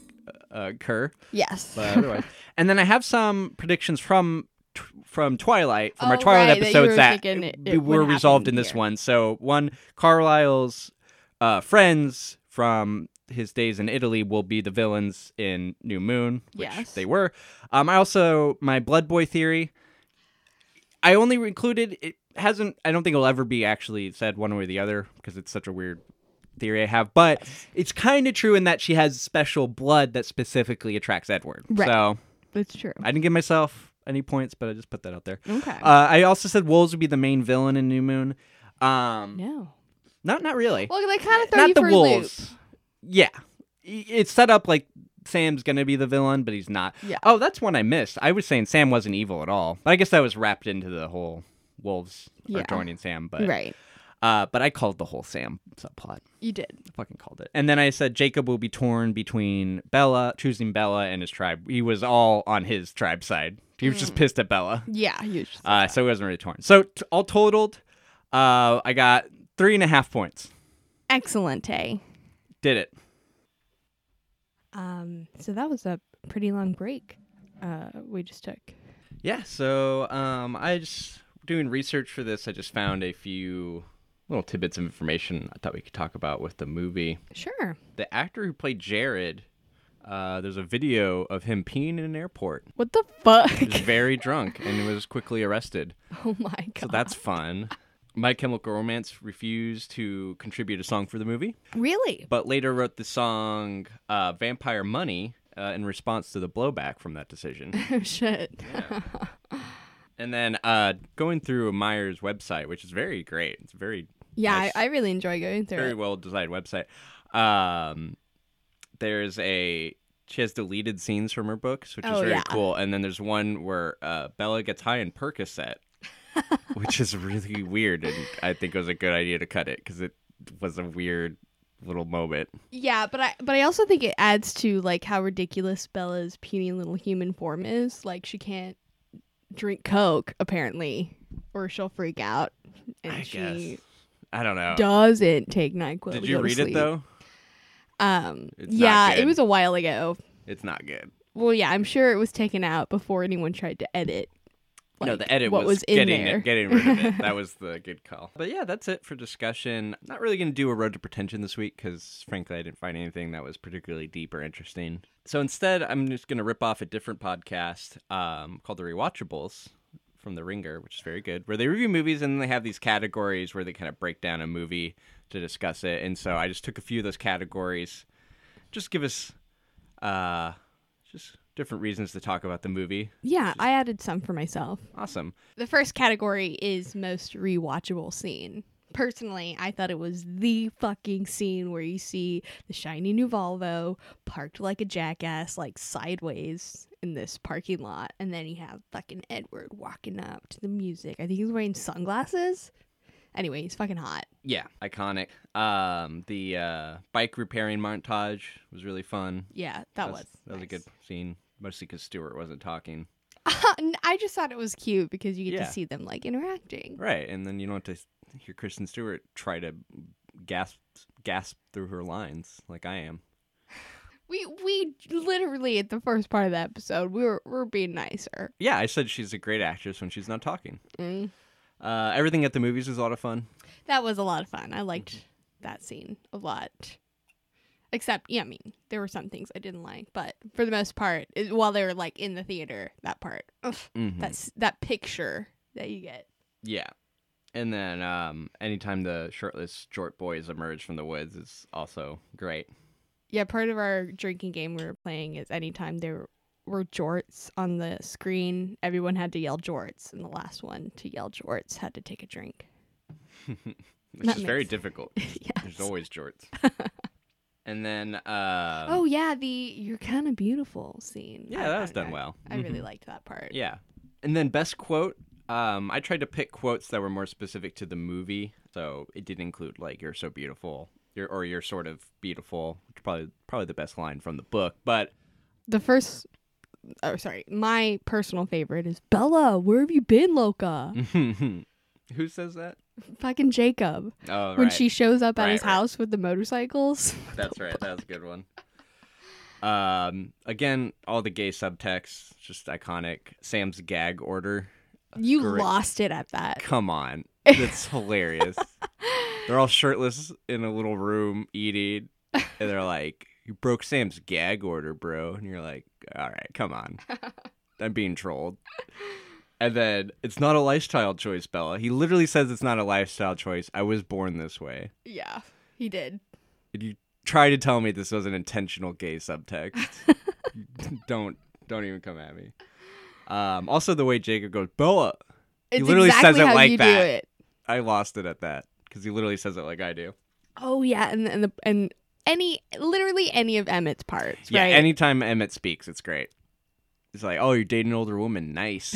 B: uh, occur.
A: yes.
B: But otherwise, and then I have some predictions from tw- from Twilight from our
A: Oh, right,
B: Twilight
A: that you
B: episodes
A: were
B: that,
A: thinking it-
B: w-
A: it would
B: were resolved
A: happen
B: in this
A: here.
B: one. So one, Carlyle's uh, friends from his days in Italy will be the villains in New Moon, which
A: Yes.
B: they were. Um, I also my Blood Boy theory. I only included it hasn't. I don't think it'll ever be actually said one way or the other because it's such a weird theory I have. But it's kind of true in that she has special blood that specifically attracts Edward.
A: Right.
B: So
A: It's true.
B: I didn't give myself any points, but I just put that out there.
A: Okay.
B: Uh, I also said wolves would be the main villain in New Moon. Um,
A: no.
B: not not really.
A: Well, they kind of throw
B: not
A: you
B: the
A: for
B: wolves.
A: a loop.
B: Yeah, I- it's set up like Sam's gonna be the villain, but he's not.
A: Yeah.
B: Oh, that's one I missed. I was saying Sam wasn't evil at all, but I guess that was wrapped into the whole wolves are
A: Yeah.
B: joining Sam. But
A: Right.
B: uh, but I called the whole Sam subplot.
A: You did.
B: Fucking called it. And then I said Jacob will be torn between Bella, choosing Bella and his tribe. He was all on his tribe side. He was
A: Mm.
B: just pissed at Bella.
A: Yeah. You just,
B: Uh, so it wasn't really torn. So t- all totaled, uh, I got three and a half points.
A: Excellent, eh?
B: Did it.
A: Um, so that was a pretty long break uh, we just took.
B: Yeah. So um, I just doing research for this. I just found a few little tidbits of information I thought we could talk about with the movie.
A: Sure.
B: The actor who played Jared. Uh, there's a video of him peeing in an airport.
A: What the fuck?
B: He was very drunk and was quickly arrested.
A: oh my god.
B: So that's fun. My Chemical Romance refused to contribute a song for the movie.
A: really
B: but later wrote the song uh, Vampire Money uh, in response to the blowback from that decision.
A: oh shit.
B: and then uh, going through Meyer's website, which is very great. It's a very,
A: Yeah,
B: Nice.
A: I, I really enjoy going through
B: very
A: it.
B: well designed website. Um, there's a. She has deleted scenes from her books, which is
A: Oh,
B: very
A: yeah.
B: cool. And then there's one where uh, Bella gets high in Percocet, which is really weird. And I think it was a good idea to cut it because it was a weird little moment.
A: Yeah, but I but I also think it adds to like how ridiculous Bella's puny little human form is. Like she can't drink coke apparently, or she'll freak out. And
B: I
A: she
B: guess. I don't know.
A: doesn't take Nyquil.
B: Did
A: to
B: you
A: go to
B: read it
A: sleep.
B: though?
A: Um,
B: It's not
A: yeah,
B: good.
A: it was a while ago.
B: It's not good.
A: Well, yeah, I'm sure it was taken out before anyone tried to edit.
B: no,
A: like,
B: the edit
A: what
B: was,
A: was, in
B: getting
A: there.
B: it, getting rid of it. That was the good call. But yeah, that's it for discussion. Not really going to do a road to pretension this week because, frankly, I didn't find anything that was particularly deep or interesting. So instead, I'm just going to rip off a different podcast um, called The Rewatchables from The Ringer, which is very good, where they review movies and they have these categories where they kind of break down a movie to discuss it. And so I just took a few of those categories. Just give us uh, just different reasons to talk about the movie.
A: yeah, I added some for myself.
B: Awesome.
A: The first category is most rewatchable scene. Personally, I thought it was the fucking scene where you see the shiny new Volvo parked like a jackass, like sideways in this parking lot. And then you have fucking Edward walking up to the music. I think he's wearing sunglasses. Anyway, he's fucking hot.
B: Yeah, iconic. Um, the uh, bike repairing montage was really fun.
A: Yeah, that
B: That's-
A: was.
B: that was a good scene, mostly because Stewart wasn't talking.
A: good. I just thought it was cute because you get
B: Yeah.
A: to see them like interacting.
B: Right, and then you don't have to hear Kristen Stewart try to gasp gasp through her lines like I am.
A: We we literally at the first part of the episode we were we're being nicer.
B: Yeah, I said she's a great actress when she's not talking.
A: Mm.
B: Uh, everything at the movies was a lot of fun.
A: That was a lot of fun. I
B: Mm-hmm.
A: liked that scene a lot. Except, yeah, I mean, there were some things I didn't like, but for the most part, it, while they were like in the theater, that part, ugh,
B: Mhm.
A: that's that picture that you get.
B: Yeah. And then um, anytime the shirtless short boys emerge from the woods is also great.
A: Yeah, part of our drinking game we were playing is anytime there were jorts on the screen, everyone had to yell jorts, and the last one to yell jorts had to take a drink.
B: Which
A: That
B: is very
A: makes-
B: difficult. There's
A: yes.
B: always jorts. and then uh,
A: oh yeah, the you're kind of beautiful scene.
B: yeah,
A: I-
B: that was
A: I-
B: done
A: I-
B: well. Mm-hmm.
A: I really liked that part.
B: Yeah. And then best quote. Um, I tried to pick quotes that were more specific to the movie, so it did include like "You're so beautiful," "You're or you're sort of beautiful," which is probably probably the best line from the book. But
A: The first, oh sorry, my personal favorite is Bella. Where have you been, Loca?
B: who says that?
A: Fucking Jacob.
B: Oh, right.
A: When she shows up at
B: Right,
A: his
B: right.
A: house with the motorcycles.
B: That's right. That was a good one. Um, again, all the gay subtext, just iconic. Sam's gag order.
A: you
B: Great.
A: lost it at that.
B: Come on, that's hilarious. They're all shirtless in a little room eating, and they're like, "You broke Sam's gag order, bro," and you're like, "All right, come on, I'm being trolled." And then it's not a lifestyle choice, Bella. He literally says it's not a lifestyle choice. I was born this way.
A: Yeah, he did.
B: If you try to tell me this was an intentional gay subtext, don't don't even come at me. Um, also, the way Jacob goes, Bella,
A: It's
B: literally says
A: exactly
B: it
A: how
B: like
A: you
B: that.
A: do it.
B: I lost it at that because he literally says it like I do.
A: Oh yeah, and and the, and any literally any of Emmett's parts,
B: Yeah,
A: right?
B: anytime Emmett speaks, it's great. It's like, oh, you're dating an older woman, nice.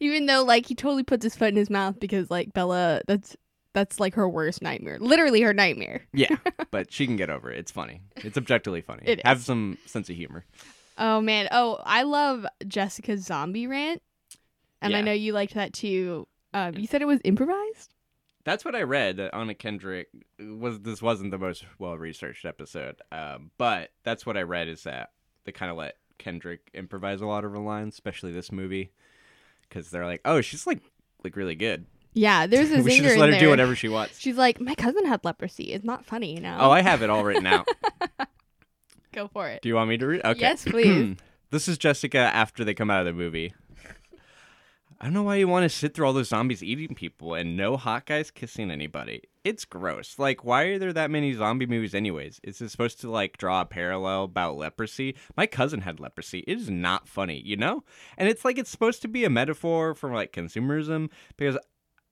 A: Even though like he totally puts his foot in his mouth because like Bella, that's that's like her worst nightmare. Literally her nightmare.
B: yeah, but she can get over it. It's funny. It's objectively funny.
A: It
B: Have
A: is.
B: some sense of humor.
A: Oh man. Oh, I love Jessica's zombie rant, and I
B: Yeah.
A: know you liked that too. Um, you said it was improvised.
B: That's what I read. That Anna Kendrick was. This wasn't the most well researched episode, um, but that's what I read. Is that they kind of let Kendrick improvise a lot of her lines, especially this movie, because they're like, oh, she's like like really good.
A: Yeah, there's a zinger
B: we should just
A: in
B: let her
A: there.
B: do whatever she wants.
A: She's like, my cousin had leprosy. It's not funny, you know.
B: Oh, I have it all written out.
A: go for it.
B: Do you want me to read? Okay.
A: Yes, please.
B: Hmm. this is Jessica after they come out of the movie. I don't know why you want to sit through all those zombies eating people and no hot guys kissing anybody. It's gross. Like, why are there that many zombie movies, anyways? Is it supposed to, like, draw a parallel about leprosy? My cousin had leprosy. It is not funny, you know? And it's like it's supposed to be a metaphor for, like, consumerism because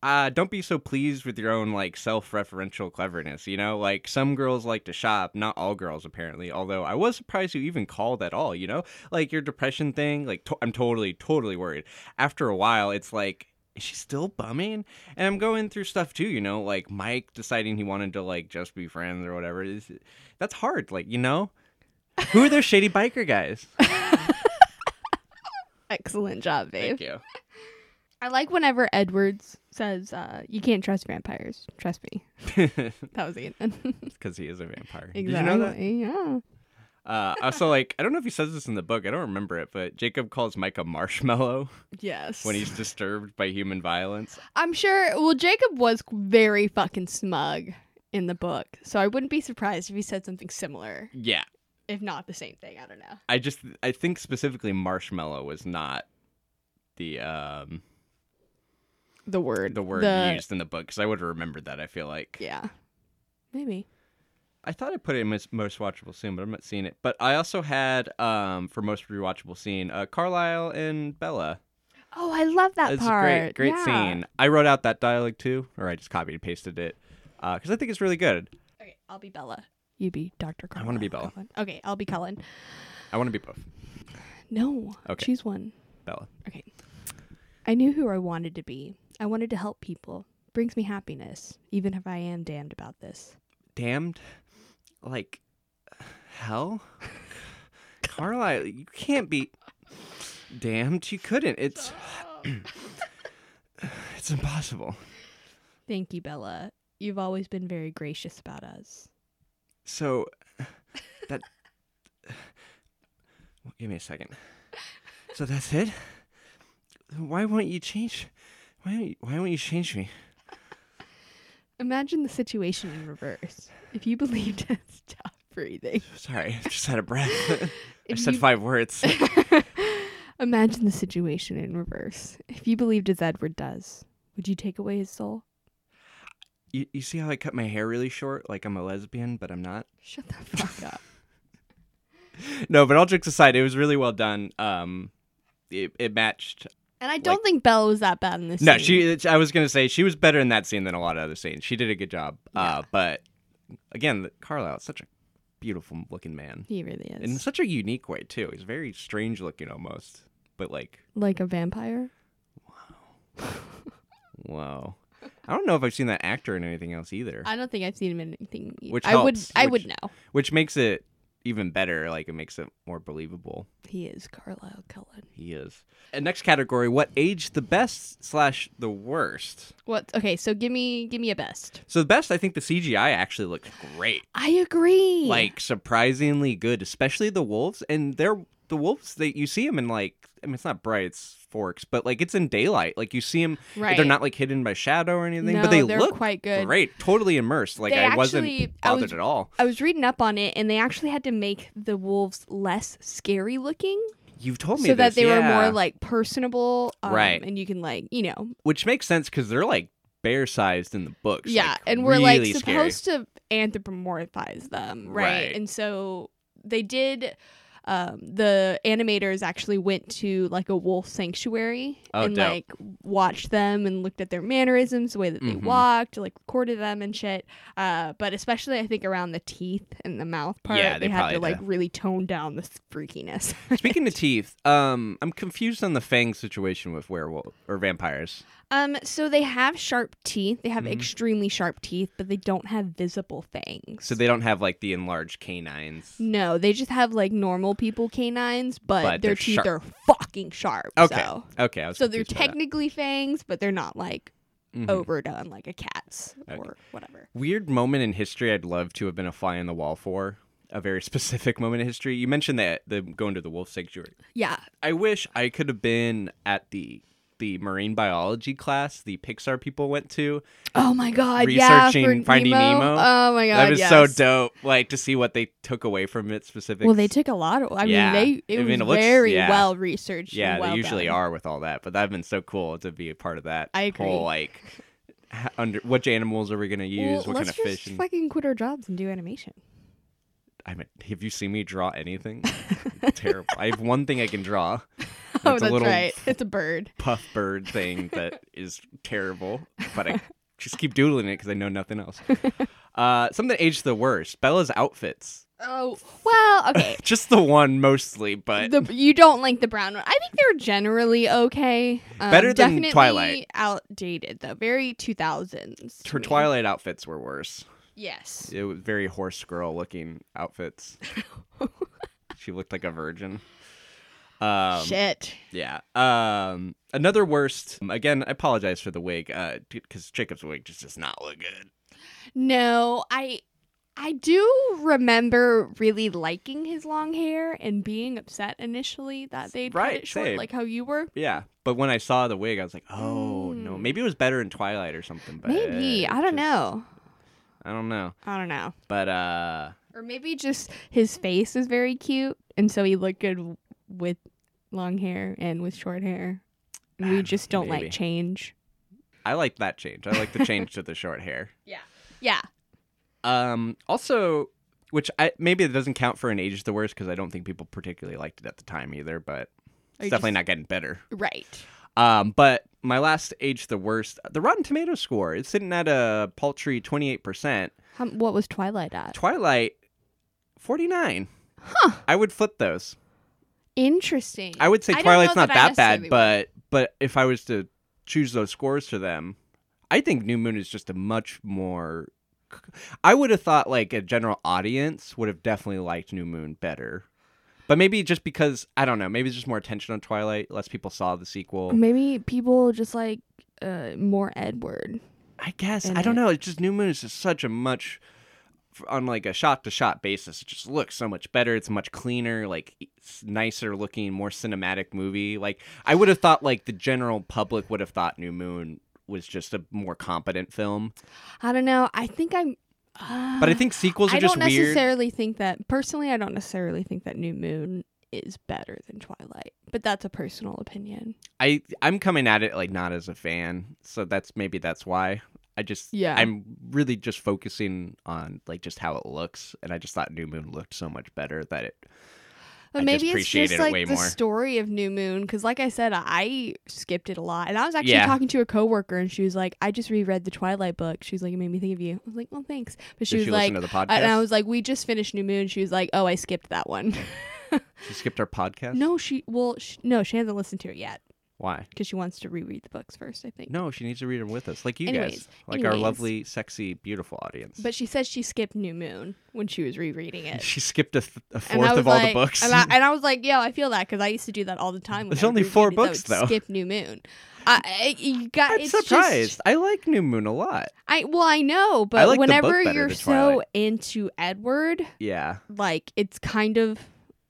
B: uh, don't be so pleased with your own like self-referential cleverness. You know, like some girls like to shop, not all girls apparently. Although I was surprised you even called at all. You know, like your depression thing. Like to- I'm totally, totally worried. After a while, it's like. Is she still bumming? And I'm going through stuff too, you know, like Mike deciding he wanted to like just be friends or whatever. It's- That's hard, like you know. Who are those shady biker guys?
A: Excellent job, babe.
B: Thank you.
A: I like whenever Edwards says, uh, "You can't trust vampires. Trust me." That was Ethan.
B: Because he is a vampire.
A: exactly.
B: Did you know that?
A: Yeah.
B: Uh, uh, so like, I don't know if he says this in the book. I don't remember it, but Jacob calls Mike a marshmallow
A: Yes.
B: when he's disturbed by human violence.
A: I'm sure. Well, Jacob was very fucking smug in the book, so I wouldn't be surprised if he said something similar,
B: Yeah,
A: if not the same thing. I don't know.
B: I just I think specifically marshmallow was not the um
A: The word.
B: the word
A: The-
B: used in the book because I would have remembered that. I feel like
A: Yeah. Maybe.
B: I thought I put it in mis- most watchable scene, but I'm not seeing it. But I also had um for most rewatchable scene, uh, Carlisle and Bella.
A: Oh, I love that
B: it's
A: part.
B: a great, great
A: Yeah.
B: scene. I wrote out that dialogue too, or I just copied and pasted it because I think it's really good.
A: Okay, I'll be Bella. You be Dr. Carl.
B: I wanna be Bella.
A: Okay, I'll be Cullen.
B: I want to be both
A: No.
B: Okay.
A: Choose one.
B: Bella.
A: Okay. I knew who I wanted to be. I wanted to help people. Brings me happiness, even if I am damned about this.
B: damned like hell carlisle you can't be damned you couldn't it's it's impossible
A: Thank you, Bella. You've always been very gracious about us.
B: so that well, give me a second so that's it why won't you change why won't you, why won't you change me
A: Imagine the situation in reverse. If you believed it, stop breathing.
B: sorry i just out of breath i
A: If
B: said
A: you-
B: five words
A: Imagine the situation in reverse. If you believed as Edward does, would you take away his soul?
B: You, you see how I cut my hair really short? Like I'm a lesbian, but I'm not.
A: Shut the fuck up.
B: No, but all jokes aside, it was really well done. Um, it, it matched.
A: And I don't think Belle was that bad in this.
B: No,
A: scene.
B: she. I was gonna say she was better in that scene than a lot of other scenes. She did a good job. Uh, but again, the- Carlisle is such a beautiful looking man
A: He really is.
B: in such a unique way too. He's very strange looking almost, but like
A: like a vampire.
B: wow. I don't know if I've seen that actor in anything else either,
A: I don't think I've seen him in anything.
B: Which
A: I would.
B: helps,
A: I
B: which-
A: would know.
B: which makes it even better. Like it makes it more believable.
A: He is Carlisle Cullen.
B: He is. And next category: what aged the best slash the worst?
A: What? Okay, so give me give me a best.
B: So the best, I think the CGI actually looked great,
A: I agree.
B: like surprisingly good, especially the wolves. And they're the wolves that you see them in like, I mean, it's not bright, it's forks, but like it's in daylight. Like you see them,
A: Right.
B: they're not like hidden by shadow or anything,
A: No,
B: but they
A: they're
B: look
A: quite good.
B: great, totally immersed. Like
A: They
B: I
A: actually-
B: wasn't
A: I
B: bothered
A: was-
B: at all.
A: I was reading up on it, and they actually had to make the wolves less scary looking,
B: You've told me
A: so that
B: this,
A: they were
B: yeah.
A: more like personable, um,
B: Right.
A: And you can like you know
B: which makes sense because they're like bear sized in the books.
A: yeah
B: like,
A: and we're
B: really
A: like
B: scary.
A: supposed to anthropomorphize them right?
B: Right.
A: and so they did um, the animators actually went to like a wolf sanctuary
B: Oh,
A: and
B: dope.
A: like watched them and looked at their mannerisms the way that they
B: Mhm.
A: walked like recorded them and shit uh, but especially i think around the teeth and the mouth part
B: Yeah, they
A: they, had
B: probably
A: to like
B: did.
A: really tone down the freakiness
B: Speaking of teeth, um, I'm confused on the fang situation with werewolf or vampires.
A: um so they have sharp teeth they have
B: Mm-hmm.
A: extremely sharp teeth but they don't have visible fangs
B: So they don't have like the enlarged canines.
A: No, they just have like normal people canines, but,
B: But
A: their
B: they're
A: teeth
B: sharp.
A: are fucking sharp.
B: Okay.
A: So,
B: Okay. I was
A: so they're oh.
B: confused by that.
A: technically fangs, but they're not like
B: Mhm.
A: overdone like a cat's
B: Okay.
A: or whatever.
B: Weird moment in history I'd love to have been a fly on the wall for. A very specific moment in history. You mentioned that the going to the wolf sanctuary.
A: Yeah.
B: I wish I could have been at the the marine biology class the Pixar people went to.
A: Oh my god. yeah,
B: Researching
A: for
B: Finding Nemo?
A: Oh my god.
B: that was
A: yes.
B: so dope. Like to see what they took away from it specifically.
A: Well, they took a lot of. I
B: Yeah.
A: mean, they
B: I
A: it was
B: mean, it looks-
A: very
B: yeah.
A: well researched.
B: Yeah,
A: and well
B: they usually
A: done.
B: are with all that, but that'd been so cool to be a part of that.
A: I agree.
B: Whole like, h- under which animals are we gonna use?
A: Well,
B: what kind
A: let's
B: of
A: just
B: fish? And,
A: fucking quit our jobs and do animation.
B: I mean, have you seen me draw anything? Terrible. I have one thing I can draw.
A: oh,
B: It's a
A: that's
B: little
A: right. It's a bird.
B: puff bird thing that is terrible, but I just keep doodling it because I know nothing else. Uh, something that aged the worst. Bella's outfits.
A: Oh well. Okay.
B: Just the one mostly, but
A: the you don't like the brown one. I think they're generally okay. Um,
B: Better than
A: definitely
B: Twilight.
A: Outdated though, very two thousands.
B: her Twilight outfits were worse.
A: Yes.
B: It was very horse girl looking outfits. she looked like a virgin. Um,
A: Shit.
B: Yeah. Um, another worst. um, Again, I apologize for the wig, because Jacob's wig just does not look good.
A: No, I I do remember really liking his long hair and being upset initially that they cut
B: Right,
A: it short,
B: same.
A: like how you were.
B: Yeah, but when I saw the wig, I was like, oh no,
A: Mm.
B: maybe it was better in Twilight or something. But
A: Maybe
B: it
A: I don't
B: just-
A: know.
B: I don't know,
A: I don't know.
B: but uh,
A: Or maybe just his face is very cute, and so he looked good w- with long hair and with short hair. And we just don't
B: Ah, Maybe.
A: like change.
B: I like that change. I like the change to the short hair.
A: Yeah.
B: Um, also, which I maybe it doesn't count for an age the worst because I don't think people particularly liked it at the time either. But
A: Or
B: it's definitely
A: just-
B: not getting better.
A: Right.
B: Um, but my last age the worst, the Rotten Tomato score it's sitting at a paltry twenty eight percent.
A: How, what was Twilight at?
B: Twilight, forty nine. Huh. I would flip those.
A: Interesting.
B: I would say
A: I don't
B: Twilight's
A: know
B: not
A: that I
B: that bad,
A: necessarily
B: but but if I was to choose those scores for them, I think New Moon is just a much more. I would have thought like a general audience would have definitely liked New Moon better, but maybe just because I don't know, maybe it's just more attention on Twilight, less people saw the sequel.
A: maybe people just like uh, more Edward.
B: I guess
A: in
B: I don't
A: it.
B: know. It's just New Moon is just such a much f- on like a shot to shot basis. It just looks so much better. It's much cleaner, like it's nicer looking, more cinematic movie. Like I would have thought, like the general public would have thought New Moon was just a more competent film.
A: I don't know. I think I'm. Uh,
B: But I think sequels are
A: I
B: just
A: don't
B: weird.
A: necessarily think that personally. I don't necessarily think that New Moon is better than Twilight, but that's a personal opinion.
B: I I'm coming at it like not as a fan, so that's maybe that's why. I just
A: Yeah.
B: I'm really just focusing on like just how it looks, and I just thought New Moon looked so much better that it.
A: But
B: I just
A: maybe it's
B: appreciated
A: just
B: it
A: like
B: way
A: the
B: more.
A: story of New Moon, because like I said, I skipped it a lot, and I was actually
B: Yeah.
A: talking to a coworker, and she was like, "I just reread the Twilight book." She was like, "It made me think of you." I was like, "Well, thanks," but she
B: Did
A: was
B: she
A: like,
B: listen to the podcast?
A: and I was like, "We just finished New Moon." She was like, "Oh, I skipped that one."
B: she skipped our podcast.
A: no, she well, sh no, she hasn't listened to it yet
B: Why?
A: because she wants to reread the books first, I think.
B: No, she needs to read them with us, like you guys,
A: Anyways,
B: like our
A: anyways.
B: lovely, sexy, beautiful audience.
A: But she said she skipped New Moon when she was rereading it.
B: she skipped a, th- a
A: And I
B: fourth
A: was
B: of all the
A: like-
B: books.
A: And I, and I was like, yo, I feel that because I used to do that all the time. when
B: There's
A: I would
B: only
A: reread
B: four
A: it, so I
B: books,
A: would
B: though.
A: Skip New Moon. I, I you got.
B: I'm
A: it's
B: surprised.
A: Just,
B: I like New Moon a lot.
A: I well, I know, but
B: like the book
A: whenever
B: better
A: you're
B: than
A: so
B: Twilight.
A: into Edward,
B: Yeah,
A: like it's kind of,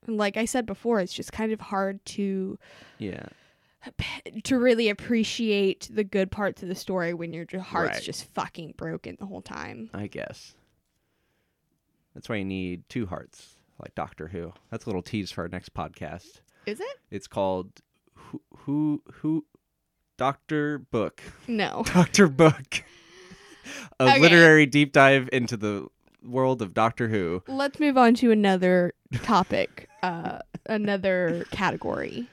A: like I said before, it's just kind of hard to
B: yeah.
A: to really appreciate the good parts of the story when your heart's
B: Right.
A: just fucking broken the whole time.
B: I guess. That's why you need two hearts, like Doctor Who. That's a little tease for our next podcast.
A: Is it?
B: It's called Who Who, who Doctor Book.
A: No.
B: Doctor Book. a
A: Okay.
B: literary deep dive into the world of Doctor Who.
A: Let's move on to another topic, uh, another category,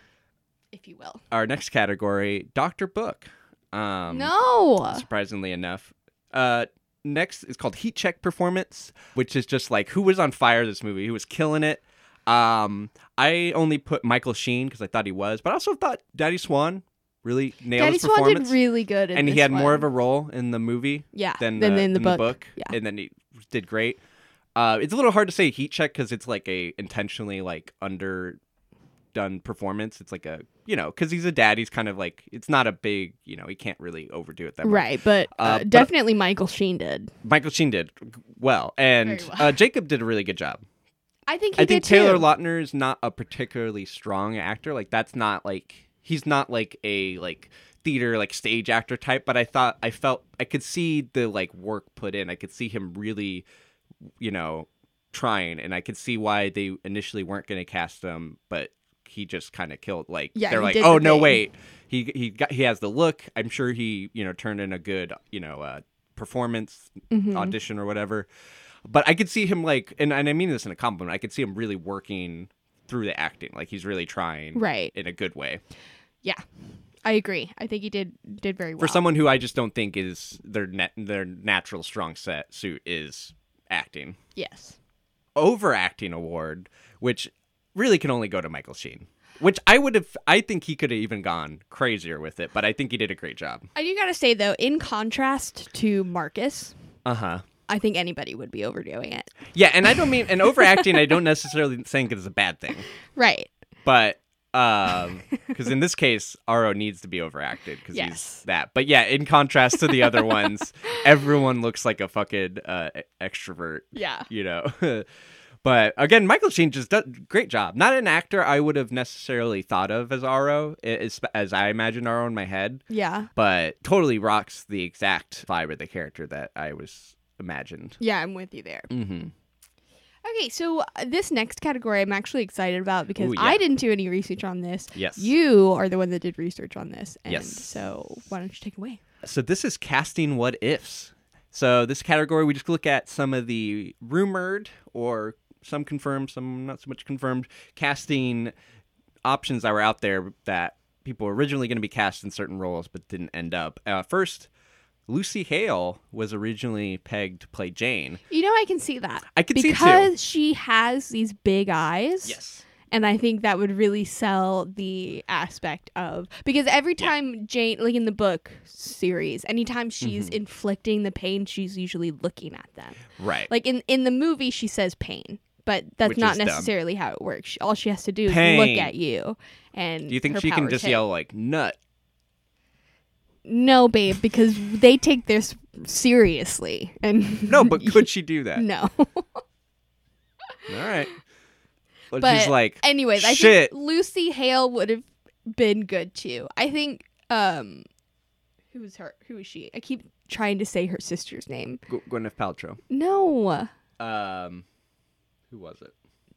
A: if you will.
B: Our next category, Doctor Book. Um,
A: no.
B: surprisingly enough. Uh, next is called Heat Check Performance, which is just like who was on fire this movie, who was killing it. Um, I only put Michael Sheen because I thought he was, but I also thought Daddy Swan really nailed
A: Daddy
B: his
A: Swan
B: performance,
A: did really good, in
B: and he
A: this
B: had more
A: one.
B: of a role in the movie
A: yeah
B: than,
A: than
B: the,
A: in the
B: than
A: book. Yeah.
B: and then he did great. Uh, it's a little hard to say heat check because it's like a intentionally like underdone performance. It's like a you know because he's a dad. He's kind of like it's not a big you know he can't really overdo it that much.
A: Right, but uh,
B: Uh, but-
A: definitely Michael Sheen did.
B: Michael Sheen did well, and
A: Very well.
B: Uh, Jacob did a really good job.
A: I think he
B: I think
A: did
B: Taylor
A: too.
B: Lautner is not a particularly strong actor. Like that's not like he's not like a like theater like stage actor type. But I thought I felt I could see the like work put in. I could see him really, you know, trying, and I could see why they initially weren't going to cast him, but he just kind of killed. Like
A: Yeah,
B: they're
A: he
B: like,
A: did
B: oh
A: the
B: no,
A: thing."
B: wait, he he got he has the look. I'm sure he you know turned in a good you know uh, performance
A: Mhm.
B: audition or whatever. But I could see him like, and, and I mean this in a compliment. I could see him really working through the acting, like he's really trying,
A: Right.
B: in a good way
A: I agree. I think he did did very well.
B: for someone who I just don't think is their net their natural strong set suit is acting.
A: yes.
B: Overacting award, which really can only go to Michael Sheen. Which I would have, I think he could have even gone crazier with it, but I think he did a great job.
A: I do gotta say though, in contrast to Marcus,
B: Uh huh.
A: I think anybody would be overdoing it.
B: Yeah, and I don't mean and overacting. I don't necessarily think is a bad thing.
A: Right.
B: but um because in this case aro needs to be overacted because
A: Yes.
B: he's that but yeah in contrast to the other ones everyone looks like a fucking uh e- extrovert
A: Yeah.
B: you know but again michael sheen just does great job not an actor i would have necessarily thought of as aro a- as, as i imagine aro in my head
A: Yeah.
B: but totally rocks the exact vibe of the character that i was imagined
A: Yeah, I'm with you there.
B: mm-hmm.
A: Okay, so uh, this next category I'm actually excited about because
B: Ooh, yeah.
A: I didn't do any research on this.
B: yes
A: You are the one that did research on this. And
B: Yes.
A: so why don't you take it away?
B: So this is casting what ifs. So this category, we just look at some of the rumored or some confirmed, some not so much confirmed casting options that were out there that people were originally going to be cast in certain roles but didn't end up. Uh, first, Lucy Hale was originally pegged to play Jane.
A: You know, I can see that.
B: I could see, too.
A: because she has these big eyes.
B: Yes.
A: And I think that would really sell the aspect of because every time Jane, like in the book series, anytime she's
B: Mm-hmm.
A: inflicting the pain, she's usually looking at them.
B: Right.
A: Like in in the movie, she says pain, but that's
B: Which
A: not
B: is dumb.
A: necessarily how it works. She- All she has to do is
B: Pain.
A: look at you. And
B: Do you think
A: her
B: she can
A: powers
B: just
A: hit.
B: yell like "nut"?
A: No, babe, because they take this seriously. And
B: No, but could she do that?
A: no.
B: All right. But,
A: But
B: she's like,
A: anyways, I
B: "Shit."
A: think Lucy Hale would have been good too. I think um who was her who is she? I keep trying to say her sister's name.
B: Gw- Gwyneth Paltrow.
A: No.
B: Um, who was it?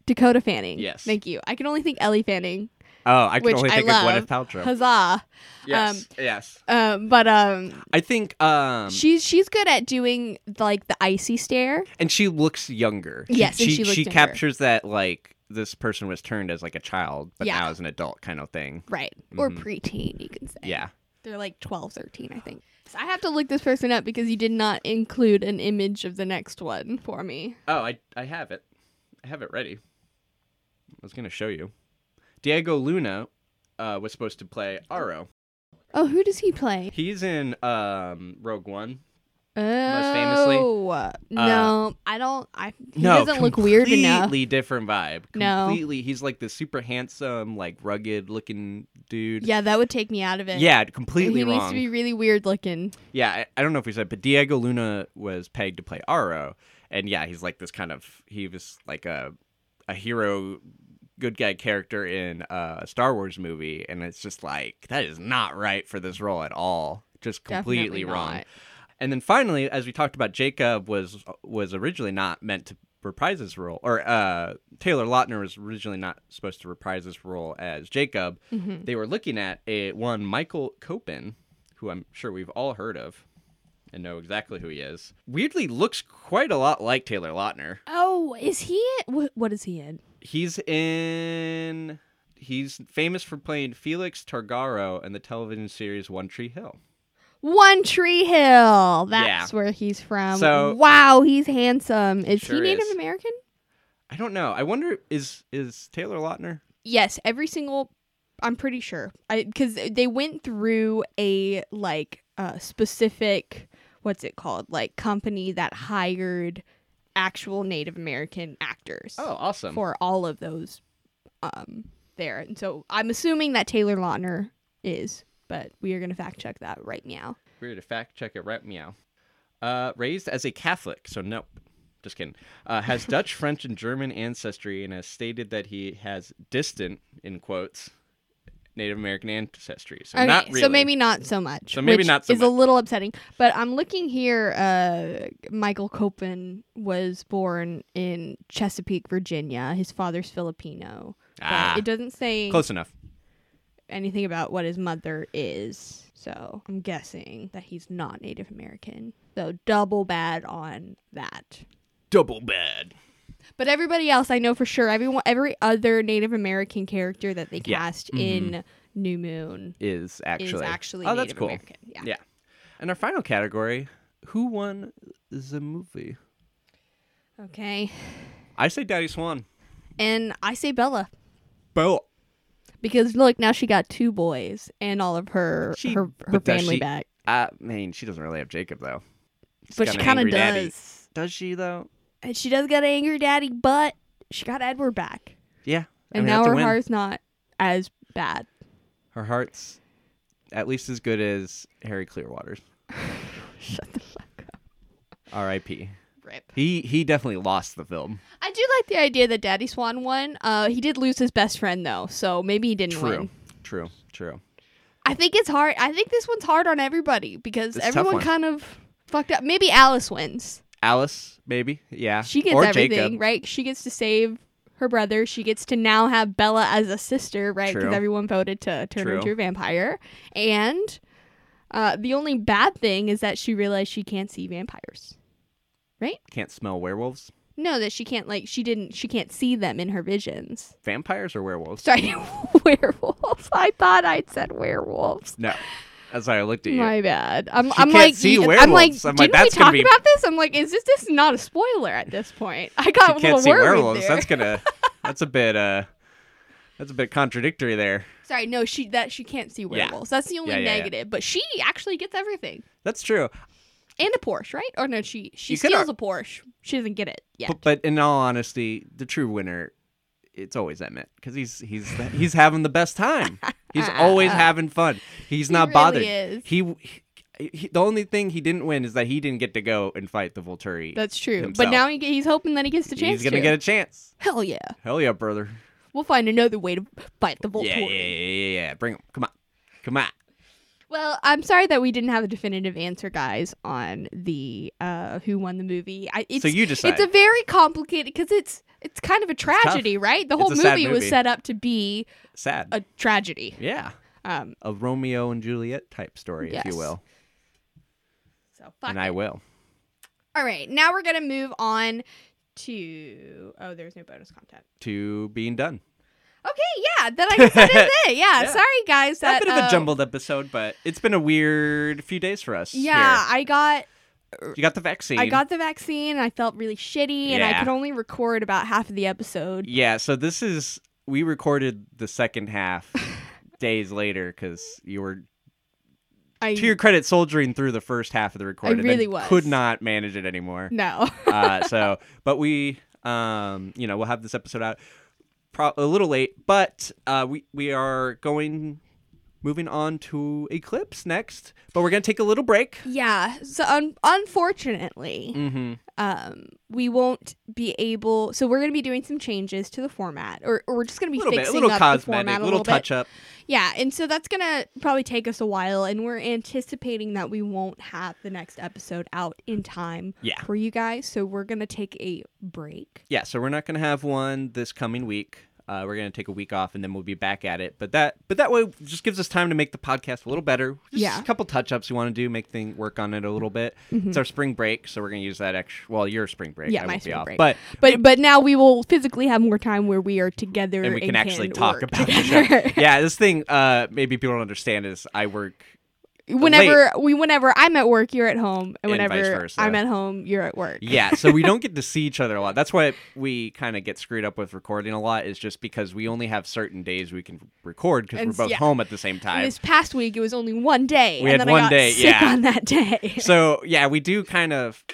A: Dakota Fanning.
B: Yes.
A: Thank you. I can only think Ellie Fanning,
B: Oh, I can
A: which
B: only
A: I
B: think
A: love.
B: of Gwyneth Paltrow.
A: Huzzah.
B: yes, yes.
A: Um, but um,
B: I think, um,
A: she's she's good at doing like the icy stare.
B: and she looks younger. She-
A: Yes,
B: she
A: and she looks younger.
B: captures that like this person was turned as like a child, but
A: Yeah.
B: now as an adult kind of thing.
A: Right. Or
B: Mhm.
A: preteen, you can say.
B: Yeah,
A: They're like 12, 13, I think. So I have to look this person up because you did not include an image of the next one for me.
B: Oh, I I have it. I have it ready. I was gonna show you. Diego Luna uh, was supposed to play Aro.
A: Oh, who does he play?
B: He's in um, Rogue One.
A: Oh,
B: famously,
A: uh,
B: Uh,
A: no, I don't. I he
B: no,
A: doesn't look weird enough.
B: Completely different vibe.
A: No.
B: Completely. He's like this super handsome, like rugged looking dude.
A: Yeah, that would take me out of it.
B: Yeah, completely
A: he
B: wrong.
A: needs to be really weird looking.
B: Yeah, I, I don't know if we said, but Diego Luna was pegged to play Aro, and yeah, he's like this kind of he was like a a hero, good guy character in uh, a Star Wars movie, and it's just like that is not right for this role at all. Just completely
A: Definitely
B: wrong.
A: not.
B: And then finally, as we talked about, Jacob was was originally not meant to reprise his role, or uh, Taylor Lautner was originally not supposed to reprise his role as Jacob.
A: Mhm.
B: They were looking at a one Michael Copin, who I'm sure we've all heard of and know exactly who he is. Weirdly, looks quite a lot like Taylor Lautner.
A: Oh, is he? What, what is he in?
B: He's in. He's famous for playing Felix Targaro in the television series One Tree Hill.
A: One Tree Hill. That's where he's from.
B: So-
A: wow, he's handsome. Is
B: Sure
A: he Native
B: is.
A: American?
B: I don't know. I wonder is is Taylor Lautner
A: Yes, every single. I'm pretty sure. I because they went through a like uh, specific what's it called like company that hired actual Native American actors
B: Oh, awesome.
A: for all of those um there, and so I'm assuming that Taylor Lautner is, but we are gonna fact check that right now.
B: We're to fact check it right meow. Uh, raised as a Catholic, so nope. Just kidding. Uh, has Dutch, French, and German ancestry and has stated that he has distant, in quotes, Native American ancestry. So
A: Okay,
B: not really.
A: so maybe not so much.
B: So maybe
A: which
B: not so
A: is a
B: much.
A: little upsetting. But I'm looking here. Uh, Michael Copen was born in Chesapeake, Virginia. His father's Filipino. but
B: Ah.
A: it doesn't say
B: Close enough.
A: anything about what his mother is. So I'm guessing that he's not Native American. So double bad on that.
B: Double bad.
A: But everybody else, I know for sure. Everyone, every other Native American character that they
B: Yeah. Mm-hmm.
A: cast in New Moon
B: Is actually.
A: is actually
B: oh,
A: Native
B: that's cool.
A: American. Yeah.
B: Yeah. And our final category who won the movie?
A: Okay.
B: I say Daddy Swan.
A: And I say Bella
B: Bo.
A: because look, now she got two boys and all of her
B: She-
A: her, her
B: but does
A: family
B: she-
A: back.
B: I mean, she doesn't really have Jacob, though. She's
A: But
B: got
A: she
B: an
A: kind of
B: angry daddy.
A: does.
B: Does she, though?
A: And she does got an angry daddy, but she got Edward back.
B: Yeah. I
A: And
B: mean, that's
A: now
B: a
A: her
B: win.
A: heart's not as bad.
B: Her heart's at least as good as Harry Clearwater's.
A: Shut the fuck up.
B: R.I.P.
A: Rip.
B: He he definitely lost the film.
A: I do like the idea that Daddy Swan won. Uh, he did lose his best friend though, so maybe he didn't
B: True,
A: win.
B: true, true.
A: I think it's hard. I think this one's hard on everybody because
B: It's a tough
A: everyone
B: one.
A: kind of fucked up. Maybe Alice wins.
B: Alice, maybe, yeah.
A: She gets
B: or
A: everything,
B: Jacob.
A: right? She gets to save her brother. She gets to now have Bella as a sister, right?
B: True.
A: Because everyone voted to turn her
B: True.
A: into a vampire. And uh, the only bad thing is that she realized she can't see vampires.
B: Can't smell werewolves,
A: No, that she can't like she didn't she can't see them in her visions.
B: vampires or werewolves.
A: Sorry, werewolves. I thought I'd said werewolves.
B: No, that's why I looked at you.
A: My bad. I'm,
B: She
A: I'm
B: can't
A: like,
B: see
A: y- I'm like,
B: werewolves. I'm
A: didn't
B: like, that's
A: we
B: gonna
A: talk
B: be-
A: about this? I'm like, is this this is not a spoiler at this point? I got
B: she
A: a
B: can't
A: little
B: see
A: worried
B: werewolves.
A: there.
B: That's gonna. That's a bit. Uh, that's a bit contradictory there.
A: Sorry, no, she that she can't see werewolves. That's the only
B: Yeah, yeah, yeah.
A: negative. But she actually gets everything
B: That's true.
A: and a Porsche, right? Or no, she she
B: You could
A: steals
B: ar-
A: a Porsche. She doesn't get it yet.
B: But, but in all honesty, the true winner, it's always Emmett because he's he's he's having the best time. He's always having fun. He's not
A: really
B: bothered.
A: is.
B: He, he, he- the only thing he didn't win is that he didn't get to go and fight the Volturi.
A: That's true.
B: himself.
A: But now he, get- he's hoping that he gets the chance.
B: he's gonna
A: to.
B: get a chance.
A: Hell yeah!
B: Hell yeah, brother!
A: We'll find another way to fight the Volturi.
B: Yeah, yeah, yeah, yeah, yeah. Bring him. Come on, come on.
A: Well, I'm sorry that we didn't have a definitive answer, guys, on the uh, who won the movie. I, it's,
B: so you decide.
A: It's a very complicated because it's it's kind of a tragedy, right? The whole
B: It's a sad
A: movie, was
B: movie.
A: set up to be
B: Sad.
A: a tragedy.
B: yeah.
A: Um,
B: A Romeo and Juliet type story, if
A: Yes.
B: you will.
A: so fuck.
B: and
A: it.
B: I will.
A: All right, now we're gonna move on to oh, there's no bonus content.
B: To being done.
A: Okay, yeah, then I guess that is it. Yeah,
B: Yeah.
A: sorry guys, that
B: a bit of
A: uh,
B: a jumbled episode, but it's been a weird few days for us.
A: Yeah, I got
B: here. you got the vaccine.
A: I got the vaccine. I felt really shitty, and I
B: Yeah.
A: could only record about half of the episode.
B: Yeah, so this is we recorded the second half days later because you were,
A: I
B: to your credit, soldiering through the first half of the record. and then
A: really was.
B: Could not manage it anymore.
A: no.
B: uh, so, but we, um, you know, we'll have this episode out pro- a little late, but uh, we we are going moving on to Eclipse next, but we're gonna take a little break.
A: yeah. So un- unfortunately,
B: Mm-hmm.
A: um, we won't be able. So we're going to be doing some changes to the format, or, or we're just going to be
B: A little
A: fixing
B: bit, a little
A: up the
B: cosmetic,
A: format a
B: little, touch up.
A: bit. Yeah, and so that's going to probably take us a while, and we're anticipating that we won't have the next episode out in time
B: Yeah.
A: for you guys. So we're going to take a break.
B: Yeah, so we're not going to have one this coming week. Uh, we're going to take a week off and then we'll be back at it. But that but that way just gives us time to make the podcast a little better. Just
A: Yeah. Mm-hmm.
B: a couple touch ups we want to do, make thing work on it a little bit. It's our spring break, so we're going to use that extra. Well, your spring break.
A: Yeah,
B: I
A: my
B: won't be
A: spring
B: off,
A: break.
B: But
A: But but now we will physically have more time where we are together
B: and we can actually talk
A: work
B: about the
A: together.
B: show. yeah, this thing uh, maybe people don't understand is I work
A: whenever we whenever I'm at work, you're at home, and
B: And vice
A: whenever
B: versa.
A: I'm at home, you're at work.
B: Yeah, so we don't get to see each other a lot. That's why we kind of get screwed up with recording a lot is just because we only have certain days we can record because
A: And
B: we're
A: s-
B: both
A: yeah.
B: home at the same time.
A: And this past week, it was only one day.
B: We
A: and
B: had
A: then
B: one
A: I got
B: day,
A: Sick
B: yeah.
A: on that day.
B: so yeah, we do kind of.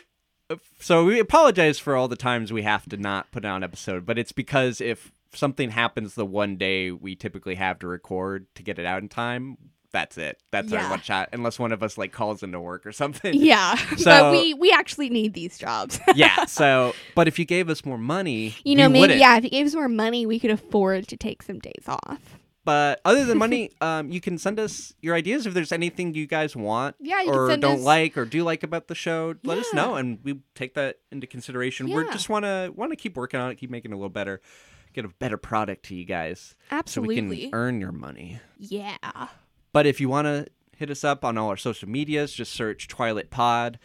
B: So we apologize for all the times we have to not put out an episode, but it's because if something happens the one day we typically have to record to get it out in time, that's it. That's
A: Yeah.
B: our one shot, unless one of us like calls into work or something.
A: yeah,
B: So-
A: but we we actually need these jobs.
B: yeah. So, but if you gave us more money,
A: you know,
B: we
A: maybe
B: wouldn't.
A: yeah, if you gave us more money, we could afford to take some days off.
B: But other than money, um, you can send us your ideas if there's anything you guys want
A: Yeah, you can
B: or
A: send
B: don't
A: us-
B: like or do like about the show. Let us
A: Yeah.
B: know, and we take that into consideration. We're
A: Yeah.
B: just wanna wanna keep working on it, keep making it a little better, get a better product to you guys, so we
A: Absolutely.
B: can earn your money.
A: yeah.
B: But if you wanna hit us up on all our social medias, just search Twilight Pod.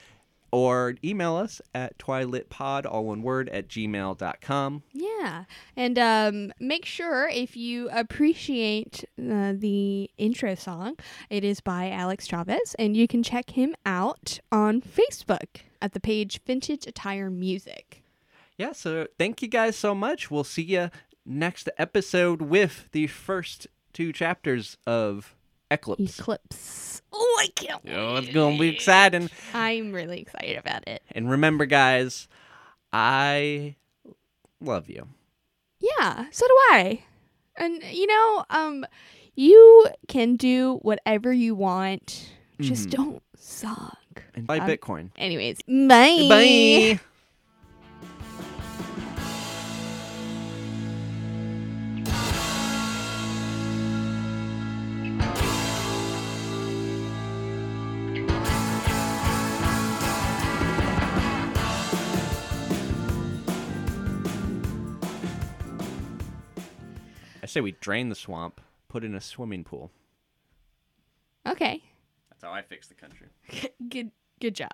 B: Or email us at twilightpod, all one word, at gmail.com.
A: Yeah. And um, make sure if you appreciate uh, the intro song, it is by Alex Chavez, and you can check him out on Facebook at the page Vintage Attire Music.
B: Yeah, so thank you guys so much. We'll see you next episode with the first two chapters of Eclipse.
A: Eclipse. Oh, I can't.
B: Oh, it's going to be exciting.
A: I'm really excited about it.
B: And remember, guys, I love you.
A: Yeah, so do I. And you know, um, you can do whatever you want. Just don't suck.
B: And buy
A: Um,
B: Bitcoin.
A: Anyways,
B: Bye. I say we drain the swamp, put in a swimming pool.
A: Okay.
B: That's how I fix the country.
A: Good. Good job.